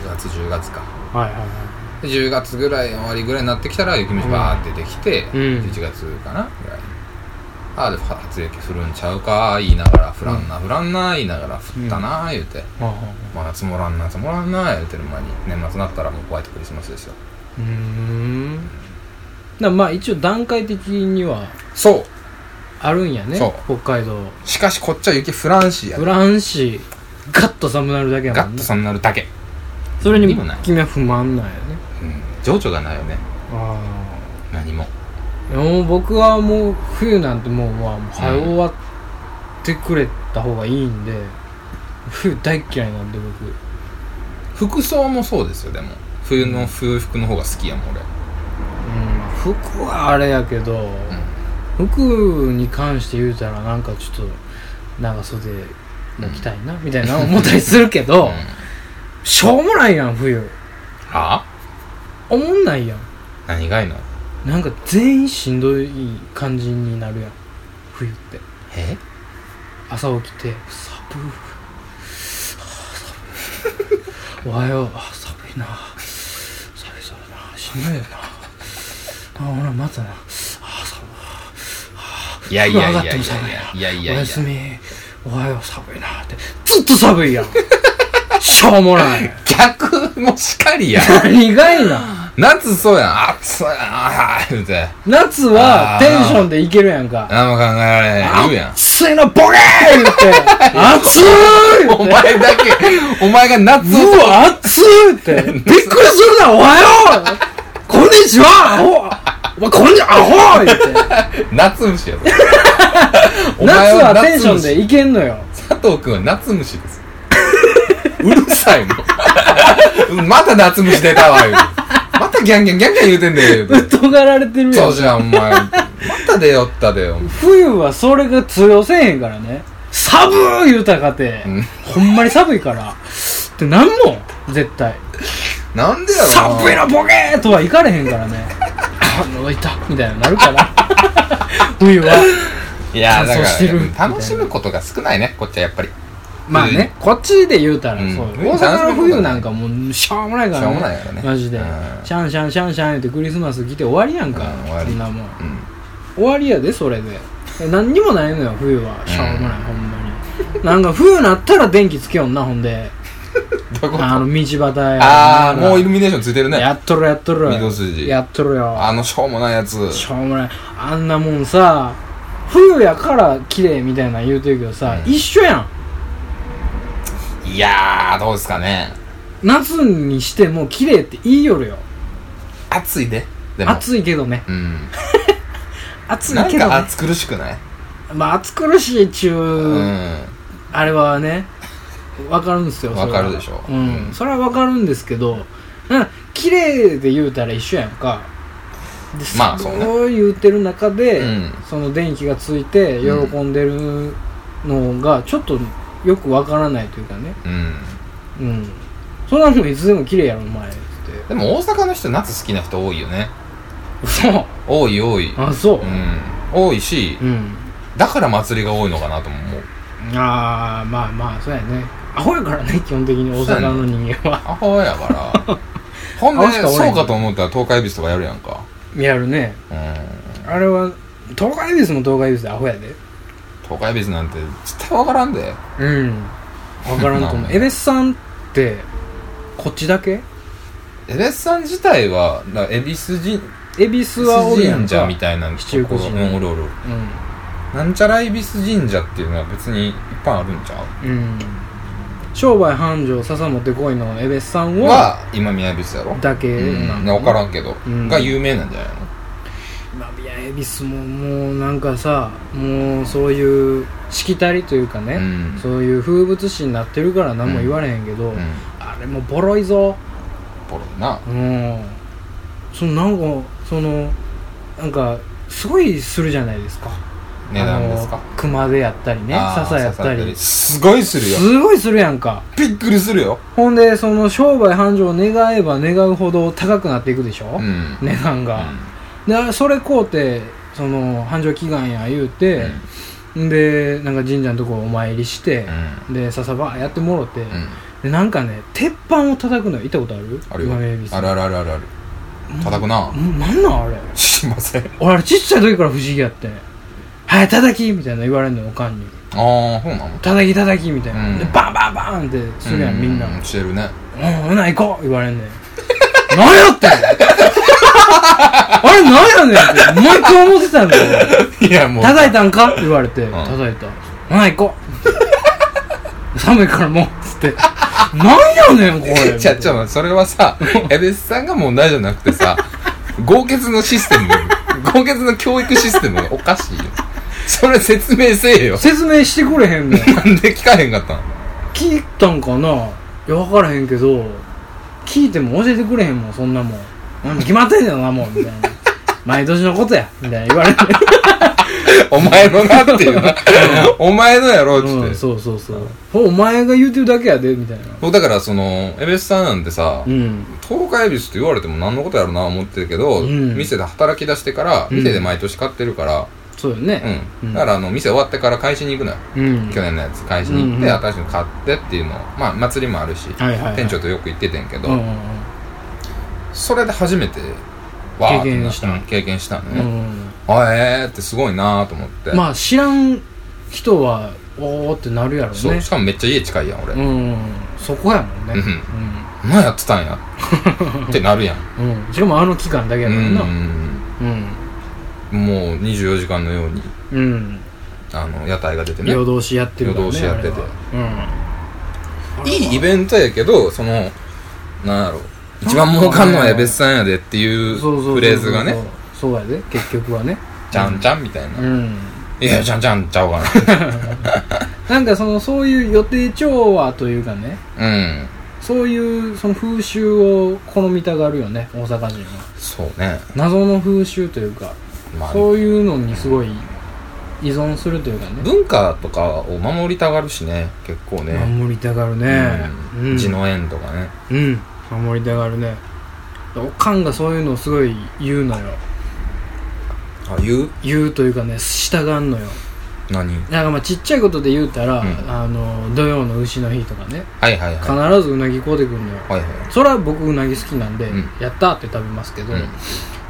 [SPEAKER 1] 9月10月か
[SPEAKER 2] いはいは
[SPEAKER 1] で10月ぐらい終わりぐらいになってきたら雪虫バーって出てきて、
[SPEAKER 2] うん
[SPEAKER 1] 11月かなぐらいああで初雪降るんちゃうか言いながら降らんな降らんな言いながら降ったな言うて、
[SPEAKER 2] いはあは
[SPEAKER 1] まあ積もらんな積もらんな言うてる間に年末になったらもうホワイトクリスマスですよ
[SPEAKER 2] あうーんだからまあ一応段階的には
[SPEAKER 1] そう
[SPEAKER 2] あるんやね
[SPEAKER 1] そう
[SPEAKER 2] 北海道
[SPEAKER 1] しかしこっちは雪フランシや
[SPEAKER 2] フランシガッと寒なるだけや
[SPEAKER 1] ガ
[SPEAKER 2] もん
[SPEAKER 1] ッ
[SPEAKER 2] ね
[SPEAKER 1] とさんなるだけ、
[SPEAKER 2] それに
[SPEAKER 1] 何もない
[SPEAKER 2] 君は不満なんやね
[SPEAKER 1] うん、情緒がないよね
[SPEAKER 2] あ
[SPEAKER 1] 何も
[SPEAKER 2] あもう僕はもう冬なんてもうまあもう早終わってくれた方がいいんで、冬大っ嫌いなんで僕
[SPEAKER 1] 服装もそうですよでも冬の冬服の方が好きやもん俺、
[SPEAKER 2] うん服はあれやけど、服に関して言うたらなんかちょっと長袖も着たいなみたいな思ったりするけ
[SPEAKER 1] う
[SPEAKER 2] ど、
[SPEAKER 1] ん、
[SPEAKER 2] しょうもないやん冬
[SPEAKER 1] あ
[SPEAKER 2] おもんないやん
[SPEAKER 1] 何がいの
[SPEAKER 2] なんか全員しんどい感じになるやん冬って
[SPEAKER 1] え
[SPEAKER 2] 朝起きて「寒いは
[SPEAKER 1] <laughs>
[SPEAKER 2] あ寒い」「おはよう」あ「寒いな寒い寒いなしんどいよな」あほらまたな
[SPEAKER 1] はいやいやいやい
[SPEAKER 2] 上が
[SPEAKER 1] や
[SPEAKER 2] って
[SPEAKER 1] い
[SPEAKER 2] も寒いな
[SPEAKER 1] やいやい
[SPEAKER 2] お
[SPEAKER 1] や
[SPEAKER 2] や
[SPEAKER 1] い
[SPEAKER 2] すみおはよう寒いなってずっと寒
[SPEAKER 1] <laughs>
[SPEAKER 2] いやんしょうもない
[SPEAKER 1] 逆もしかりや
[SPEAKER 2] <laughs> 何がいな
[SPEAKER 1] 夏そうやん暑いあー言うて
[SPEAKER 2] 夏
[SPEAKER 1] あ
[SPEAKER 2] は
[SPEAKER 1] ー
[SPEAKER 2] テンションでいけるやんか
[SPEAKER 1] 何も考えられない言うやん
[SPEAKER 2] 暑いなボ
[SPEAKER 1] <laughs>
[SPEAKER 2] ケー言って暑い
[SPEAKER 1] お前だけお前が夏を
[SPEAKER 2] うわ暑いってびっくりするなおはようこんにちはアホお前こんにちはアホ言って
[SPEAKER 1] 夏虫
[SPEAKER 2] <laughs>
[SPEAKER 1] やぞお前
[SPEAKER 2] 夏はテンショ
[SPEAKER 1] 夏
[SPEAKER 2] ン
[SPEAKER 1] 虫
[SPEAKER 2] でいけんのよ
[SPEAKER 1] 佐藤君は夏虫ですうるさいもん <laughs> また夏虫出たわ言うてまたギャンギャンギャンギャン言うてんねん言うて
[SPEAKER 2] とがられてるや
[SPEAKER 1] そ
[SPEAKER 2] ん
[SPEAKER 1] うじゃん、お前。また出よったでよ。
[SPEAKER 2] 冬はそれが通用せえへんからね寒い言うたかて、
[SPEAKER 1] うん
[SPEAKER 2] ほんまに寒いからってなんもん絶対
[SPEAKER 1] なんでやろ
[SPEAKER 2] 寒いなボケーとはいかれへんからねあ喉痛っみたいになるから冬はい
[SPEAKER 1] や、だ
[SPEAKER 2] 乾燥してる
[SPEAKER 1] から、楽しむことが少ないね、こっちはやっぱり。
[SPEAKER 2] まあね、こっちで言うたら
[SPEAKER 1] うん
[SPEAKER 2] そう、
[SPEAKER 1] 冬
[SPEAKER 2] 大阪の冬なんかもうしょうもないからね
[SPEAKER 1] しょうもないからね
[SPEAKER 2] マジで、
[SPEAKER 1] うん
[SPEAKER 2] シャンシャンシャンシャン言ってクリスマス来て終わりやんか、
[SPEAKER 1] うん終わり
[SPEAKER 2] そんなもん
[SPEAKER 1] うん。
[SPEAKER 2] 終わりやでそれでえ何にもないのよ冬はしょうもない、ほんまになんか冬なったら電気つけよんなほんで
[SPEAKER 1] どういうこと
[SPEAKER 2] あの道端や
[SPEAKER 1] ああ、もうイルミネーションついてるね。
[SPEAKER 2] やっとるやっとる
[SPEAKER 1] 御堂筋
[SPEAKER 2] やっとるよ
[SPEAKER 1] あのしょうもないやつ。
[SPEAKER 2] しょうもないあんなもんさ冬やから綺麗みたいなの言うてるけどさ、
[SPEAKER 1] うん
[SPEAKER 2] 一緒やん
[SPEAKER 1] いやー、どうですかね。
[SPEAKER 2] 夏にしても綺麗って言いよるよ
[SPEAKER 1] 暑いで。でも。
[SPEAKER 2] 暑いけどね
[SPEAKER 1] うん。
[SPEAKER 2] 暑い
[SPEAKER 1] なん
[SPEAKER 2] けど、
[SPEAKER 1] か
[SPEAKER 2] ね、
[SPEAKER 1] 暑苦しくない
[SPEAKER 2] まあ暑苦しいっちゅう、
[SPEAKER 1] うん。
[SPEAKER 2] あれはねわかるんですよそれは
[SPEAKER 1] わかるでしょ
[SPEAKER 2] うん、
[SPEAKER 1] うん
[SPEAKER 2] それはわかるんですけどなんか綺麗で言うたら一緒やんかで
[SPEAKER 1] まあそうね
[SPEAKER 2] う言うてる中で、
[SPEAKER 1] うん
[SPEAKER 2] その電気がついて喜んでるのがちょっとよくわからないというかね
[SPEAKER 1] うん。
[SPEAKER 2] うんそんなもんいつでも綺麗やろお前って
[SPEAKER 1] でも大阪の人、夏好きな人多いよね。
[SPEAKER 2] そう
[SPEAKER 1] 多い多い。
[SPEAKER 2] <laughs> あそう
[SPEAKER 1] うん。多いし
[SPEAKER 2] う、ん、
[SPEAKER 1] だから祭りが多いのかなとも思う。
[SPEAKER 2] ああまあまあそうやねアホやからね基本的に大阪の人間は
[SPEAKER 1] アホや
[SPEAKER 2] <laughs>
[SPEAKER 1] から。ほん
[SPEAKER 2] アホし
[SPEAKER 1] で、
[SPEAKER 2] かおら
[SPEAKER 1] そ
[SPEAKER 2] へん
[SPEAKER 1] うかと思ったら東海ビスとかやるやんか。
[SPEAKER 2] やるね
[SPEAKER 1] うん。
[SPEAKER 2] あれは東海ビスも東海ビスでアホやで
[SPEAKER 1] 東海ビスなんて絶対わからんで。
[SPEAKER 2] うん分からんと
[SPEAKER 1] なん
[SPEAKER 2] 思う
[SPEAKER 1] なん
[SPEAKER 2] エベスさんってこっちだけ
[SPEAKER 1] エベスさん自体は、だから恵比寿神
[SPEAKER 2] 恵比寿はおるやん
[SPEAKER 1] 神
[SPEAKER 2] か
[SPEAKER 1] 社みたいなと
[SPEAKER 2] 七
[SPEAKER 1] ころ。
[SPEAKER 2] 福
[SPEAKER 1] う
[SPEAKER 2] 神社
[SPEAKER 1] ん、おるおるおる。なんちゃら恵比寿神社っていうのは別にいっぱいあるんちゃう
[SPEAKER 2] うん、うん、商売繁盛笹持ってこいのエベスさんは
[SPEAKER 1] は、今宮恵比寿やろ
[SPEAKER 2] だけな
[SPEAKER 1] うん、
[SPEAKER 2] の
[SPEAKER 1] わからんけど、
[SPEAKER 2] うん
[SPEAKER 1] が有名なんじゃないの
[SPEAKER 2] まあいや恵比寿ももうなんかさもうそういうしきたりというかね、
[SPEAKER 1] うん
[SPEAKER 2] そういう風物詩になってるから何も言われへんけ
[SPEAKER 1] う
[SPEAKER 2] ど、
[SPEAKER 1] ん
[SPEAKER 2] あれもボロいぞ
[SPEAKER 1] ボロいな
[SPEAKER 2] うんそのなんかそのなんかすごいするじゃないですか
[SPEAKER 1] 値段ですか
[SPEAKER 2] あの熊手やったりね
[SPEAKER 1] あー
[SPEAKER 2] 笹やった
[SPEAKER 1] 笹
[SPEAKER 2] り
[SPEAKER 1] すごいするよ
[SPEAKER 2] すごいするやんか
[SPEAKER 1] びっくりするよ
[SPEAKER 2] ほんでその商売繁盛を願えば願うほど高くなっていくでしょ、
[SPEAKER 1] うん
[SPEAKER 2] 値段が、でそれこうてその繁盛祈願や言うて、でなんか神社のとこお参りして
[SPEAKER 1] うん、うん
[SPEAKER 2] で笹ばやってもろて、
[SPEAKER 1] うん
[SPEAKER 2] でなんかね鉄板を叩くの行ったことある
[SPEAKER 1] あるよ
[SPEAKER 2] 今宮恵比寿
[SPEAKER 1] あるあるあるあるある叩くな
[SPEAKER 2] うんなんなんあれ
[SPEAKER 1] 知りません
[SPEAKER 2] 俺あれちっちゃい時から不思議やって「はい叩き!」みたいな言われんのおかんに
[SPEAKER 1] ああそうなの
[SPEAKER 2] 「叩き叩き!」みたいな、
[SPEAKER 1] うん
[SPEAKER 2] でバンバンバンってするやんみんな「う
[SPEAKER 1] うんうしてるね
[SPEAKER 2] ほな行こう!」言われんねん何やってんあれ何やねんって毎回思ってたんだよ
[SPEAKER 1] <laughs> いやもう
[SPEAKER 2] 叩いたんかって言われて、
[SPEAKER 1] ん
[SPEAKER 2] 叩いた。ほな、行こう。寒いからもう、つって。なんやねん、こ
[SPEAKER 1] <laughs>
[SPEAKER 2] れ。
[SPEAKER 1] ちゃちゃそれはさエベスさんが問題じゃなくてさ豪傑のシステム豪傑の教育システムがおかしいよそれ説明せえよ
[SPEAKER 2] 説明してくれへんもん。
[SPEAKER 1] なんで聞かへんかったの
[SPEAKER 2] 聞いたんかないや、わからへんけど、聞いても教えてくれへんもん、そんなもん。なんか決まってんだよな、もう、みたい
[SPEAKER 1] <laughs>
[SPEAKER 2] な。毎年のことや、みたいな言われて。
[SPEAKER 1] お前のなって
[SPEAKER 2] <laughs>
[SPEAKER 1] いうなお前のやろっつって、
[SPEAKER 2] うん、そうそうそう。ほお前が言うてるだけやで、みたいな。
[SPEAKER 1] そうだからそのエベスさんなんてさ、
[SPEAKER 2] うん。
[SPEAKER 1] 東海ビスって言われても何のことやろな思ってるけど、
[SPEAKER 2] うん
[SPEAKER 1] 店で働き出してから
[SPEAKER 2] うん
[SPEAKER 1] 店で毎年買ってるから、
[SPEAKER 2] そうよ
[SPEAKER 1] う
[SPEAKER 2] ね。
[SPEAKER 1] ん
[SPEAKER 2] うん
[SPEAKER 1] だからあの店終わってから返しに行くのよ、
[SPEAKER 2] うん。
[SPEAKER 1] 去年のやつ返しに行って、
[SPEAKER 2] うんうん
[SPEAKER 1] 新しいの買ってっていうのをまあ祭りもあるし、
[SPEAKER 2] はいはいはい
[SPEAKER 1] 店長とよく行っててんけど、
[SPEAKER 2] うんうん
[SPEAKER 1] それで初めてわーってな
[SPEAKER 2] 経験した
[SPEAKER 1] うん経験したの
[SPEAKER 2] うん。う
[SPEAKER 1] ね、
[SPEAKER 2] んうん
[SPEAKER 1] あえーってすごいなーと思って、
[SPEAKER 2] まあ知らん人はおおってなるやろう
[SPEAKER 1] そう
[SPEAKER 2] ね
[SPEAKER 1] しかもめっちゃ家近いやん俺、
[SPEAKER 2] う
[SPEAKER 1] うん、
[SPEAKER 2] んそこやもんね
[SPEAKER 1] 何やってた
[SPEAKER 2] <laughs>
[SPEAKER 1] んやってなるやん
[SPEAKER 2] うん、うん、しかもあの期間だけやからな
[SPEAKER 1] うん
[SPEAKER 2] うん
[SPEAKER 1] もう24時間のように
[SPEAKER 2] うん、
[SPEAKER 1] あの屋台が出てね
[SPEAKER 2] 夜通しやってるからね
[SPEAKER 1] 夜通しやってて
[SPEAKER 2] あれはうん
[SPEAKER 1] いいイベントやけどそのなんやろ一番儲かんのは矢別さんやでっていう
[SPEAKER 2] そうそうそうそう
[SPEAKER 1] フレーズがね
[SPEAKER 2] そうやで結局はね
[SPEAKER 1] ちゃんちゃんみたいな、
[SPEAKER 2] うん
[SPEAKER 1] いやちゃんちゃんちゃうか
[SPEAKER 2] なんかそのそういう予定調和というかね
[SPEAKER 1] な <laughs> うん
[SPEAKER 2] そういうその風習を好みたがるよね大阪人は
[SPEAKER 1] そうね
[SPEAKER 2] 謎の風習というか
[SPEAKER 1] まあ
[SPEAKER 2] そういうのにすごい依存するというかね
[SPEAKER 1] 文化とかを守りたがるしね結構ね
[SPEAKER 2] 守りたがるね
[SPEAKER 1] うん
[SPEAKER 2] うん
[SPEAKER 1] 地の縁とかね
[SPEAKER 2] うん守りたがるねおかんがそういうのをすごい言うのよ
[SPEAKER 1] あ言う
[SPEAKER 2] 言うというかね従うのよ
[SPEAKER 1] 何
[SPEAKER 2] なんかまあちっちゃいことで言うたら、
[SPEAKER 1] うん
[SPEAKER 2] あの土曜の牛の日とかね
[SPEAKER 1] はいはいはい
[SPEAKER 2] 必ずうなぎ買うてくるのよ
[SPEAKER 1] はいはい
[SPEAKER 2] それは僕うなぎ好きなんで、
[SPEAKER 1] うん
[SPEAKER 2] やったーって食べますけど、
[SPEAKER 1] うん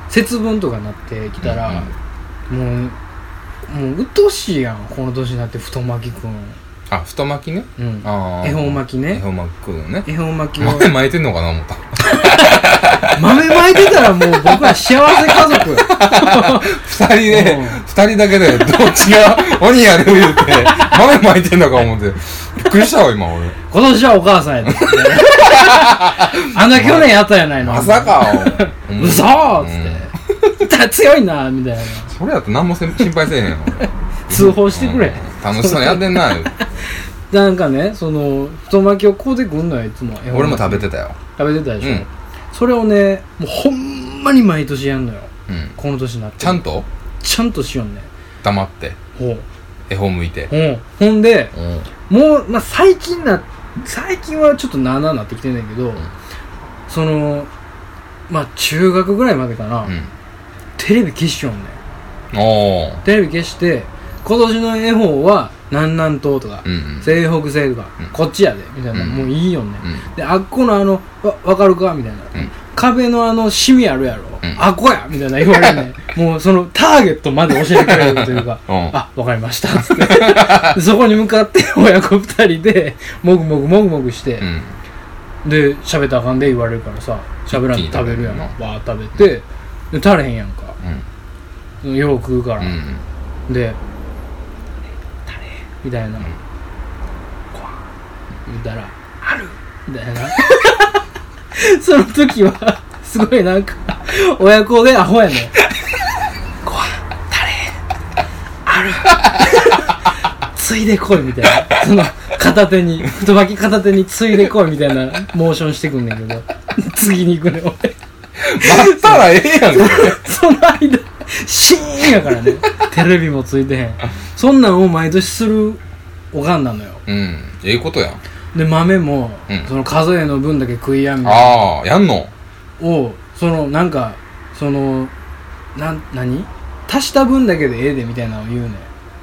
[SPEAKER 2] 節分とかなってきたら、もうもううっとうしいやんこの年になって太巻きくん
[SPEAKER 1] ああ太巻きね
[SPEAKER 2] うん
[SPEAKER 1] ああ
[SPEAKER 2] 恵方巻き
[SPEAKER 1] 恵
[SPEAKER 2] ね
[SPEAKER 1] 方巻き食うのね
[SPEAKER 2] 恵方巻きを
[SPEAKER 1] 豆巻いてんのかな思った
[SPEAKER 2] 豆巻いてたらもう僕は幸せ家
[SPEAKER 1] <laughs> 二人
[SPEAKER 2] 族
[SPEAKER 1] で
[SPEAKER 2] うん
[SPEAKER 1] 二人だけでどっちが鬼やる言うて豆巻いてんのか思ってびっくりしたわ今俺
[SPEAKER 2] 今年はお母さんやで
[SPEAKER 1] <laughs>
[SPEAKER 2] あんな去年やったやないの
[SPEAKER 1] まさかうん
[SPEAKER 2] 嘘っ
[SPEAKER 1] うん
[SPEAKER 2] つって強いなみたいな
[SPEAKER 1] それやと何もせん心配せえへんよ俺
[SPEAKER 2] 通報してくれ
[SPEAKER 1] うん楽しそうにやってんな
[SPEAKER 2] なんかねその太巻きをこうでくんのよいつも
[SPEAKER 1] 俺も食べてたよ
[SPEAKER 2] 食べてたでしょ、
[SPEAKER 1] うん
[SPEAKER 2] それをねもうほんまに毎年やんのよ
[SPEAKER 1] うん
[SPEAKER 2] この年になって
[SPEAKER 1] ちゃんと
[SPEAKER 2] ちゃんとしよんね
[SPEAKER 1] 黙って
[SPEAKER 2] ほう
[SPEAKER 1] 絵本向いて
[SPEAKER 2] ほうほんで
[SPEAKER 1] うん
[SPEAKER 2] もう、まあ、最近な最近はちょっとなあなあなってきてんねんけど、そのまあ中学ぐらいまでかな、テレビ消しよん
[SPEAKER 1] う
[SPEAKER 2] ねん
[SPEAKER 1] んおー
[SPEAKER 2] テレビ消して今年の絵本は南南東とか、
[SPEAKER 1] うんうん
[SPEAKER 2] 西北西とか、
[SPEAKER 1] うん
[SPEAKER 2] こっちやでみたいな、
[SPEAKER 1] うん
[SPEAKER 2] もういいよね、
[SPEAKER 1] う
[SPEAKER 2] であっこのあのわわかるかみたいな、
[SPEAKER 1] ん
[SPEAKER 2] 壁のあのシミあるやろ、
[SPEAKER 1] ん、
[SPEAKER 2] あっこやみたいな言われるねもうそのターゲットまで教えてくれるというか
[SPEAKER 1] <laughs> うん
[SPEAKER 2] あわかりましたつってでそこに向かって <laughs> 親子二人でもぐもぐもぐもぐして、
[SPEAKER 1] ん
[SPEAKER 2] で喋ったらあかんで言われるからさ喋らんと食べるや
[SPEAKER 1] 一気に食べ
[SPEAKER 2] ん
[SPEAKER 1] るよな
[SPEAKER 2] わー食べてで足れへんやんか
[SPEAKER 1] うん
[SPEAKER 2] よう食うから、
[SPEAKER 1] うん
[SPEAKER 2] で「タレ」みたいな「こわ」言ったら「ある」みたいな <laughs> その時はすごいなんか親子でアホやねん「こわ」「タレ」「ある」ついでこいみたいなその片手に太巻き片手についでこいみたいなモーションしてくんねんけど次に行くねん俺
[SPEAKER 1] 待ったらええやんけ
[SPEAKER 2] <laughs> その間、シーンやからね。テレビもついてへん。そんなんを毎年するおかんなのよ。
[SPEAKER 1] うんええことやん
[SPEAKER 2] で、豆も、
[SPEAKER 1] うん
[SPEAKER 2] その数えの分だけ食いやんみたい
[SPEAKER 1] ああやんの
[SPEAKER 2] なを、その、なんか、その、なん、何足した分だけでええでみたいなのを言うねん。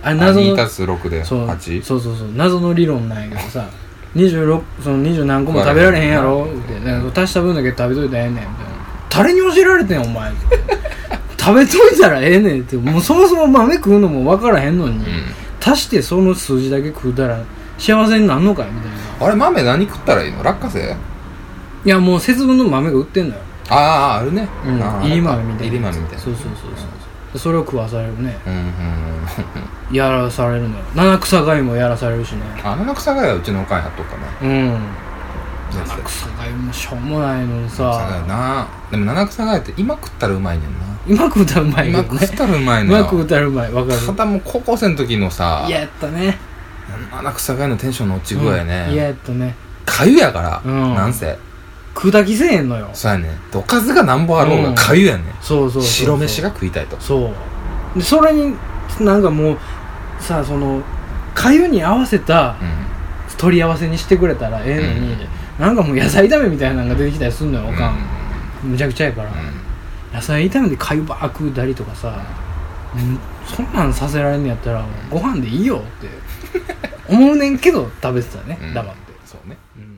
[SPEAKER 2] あれ、謎
[SPEAKER 1] 2
[SPEAKER 2] の
[SPEAKER 1] た、す6で
[SPEAKER 2] そう
[SPEAKER 1] 8
[SPEAKER 2] そうそうそう、謎の理論なんやけどさ、26、その20何個も食べられへんやろって、なんか足した分だけ食べといたらええねんみたいな。誰に教えられてんお前って。食べといたらええねんって、もうそもそも豆食うのも分からへんのに、
[SPEAKER 1] うん
[SPEAKER 2] 足してその数字だけ食うたら幸せになんのかいみたいな。
[SPEAKER 1] あれ豆何食ったらいいの落花生
[SPEAKER 2] いや、もう節分の豆が売ってんだよ。
[SPEAKER 1] あああるね
[SPEAKER 2] うん。
[SPEAKER 1] あー
[SPEAKER 2] 入り豆みたいな。
[SPEAKER 1] 入り豆みたいな
[SPEAKER 2] そうそうそうそう。それを食わされるね。
[SPEAKER 1] うんうんうん
[SPEAKER 2] やらされるのよ。七草がもやらされるしね。
[SPEAKER 1] あの草がやうちのおかんやっとくかな
[SPEAKER 2] うん。
[SPEAKER 1] 七
[SPEAKER 2] 七草がもしょうもないのに
[SPEAKER 1] 草が
[SPEAKER 2] さ
[SPEAKER 1] やなでも七草がやって今食ったらうまいねんな
[SPEAKER 2] うまく歌うまいけ
[SPEAKER 1] 今
[SPEAKER 2] ど
[SPEAKER 1] 食
[SPEAKER 2] ね
[SPEAKER 1] ったらうまいうの
[SPEAKER 2] まく
[SPEAKER 1] よ
[SPEAKER 2] 歌うまいわかる
[SPEAKER 1] ただもう高校生の時のさ
[SPEAKER 2] 嫌やったね
[SPEAKER 1] 七草がやのテンションの落ち具合
[SPEAKER 2] うん嫌
[SPEAKER 1] ね
[SPEAKER 2] やったね
[SPEAKER 1] かゆやから
[SPEAKER 2] うん
[SPEAKER 1] なんせ
[SPEAKER 2] 砕きせえへんのよ
[SPEAKER 1] そうやねんでおかずがなんぼあろう
[SPEAKER 2] う
[SPEAKER 1] が
[SPEAKER 2] ん
[SPEAKER 1] かゆやねん
[SPEAKER 2] そうそうそうそう
[SPEAKER 1] 白飯が食いたいと
[SPEAKER 2] そうでそれになんかもうさそのかゆに合わせた
[SPEAKER 1] うん
[SPEAKER 2] 取り合わせにしてくれたらええのに、
[SPEAKER 1] うん
[SPEAKER 2] なんかもう野菜炒めみたいなのが出てきたりすんのよおか、
[SPEAKER 1] うん
[SPEAKER 2] むちゃくちゃやから、
[SPEAKER 1] う
[SPEAKER 2] 野菜炒めでかゆばー食うたりとかさ、うんそんなんさせられんのやったらご飯でいいよって思うねんけど食べてたね
[SPEAKER 1] んうん
[SPEAKER 2] 黙って、
[SPEAKER 1] そうね
[SPEAKER 2] うん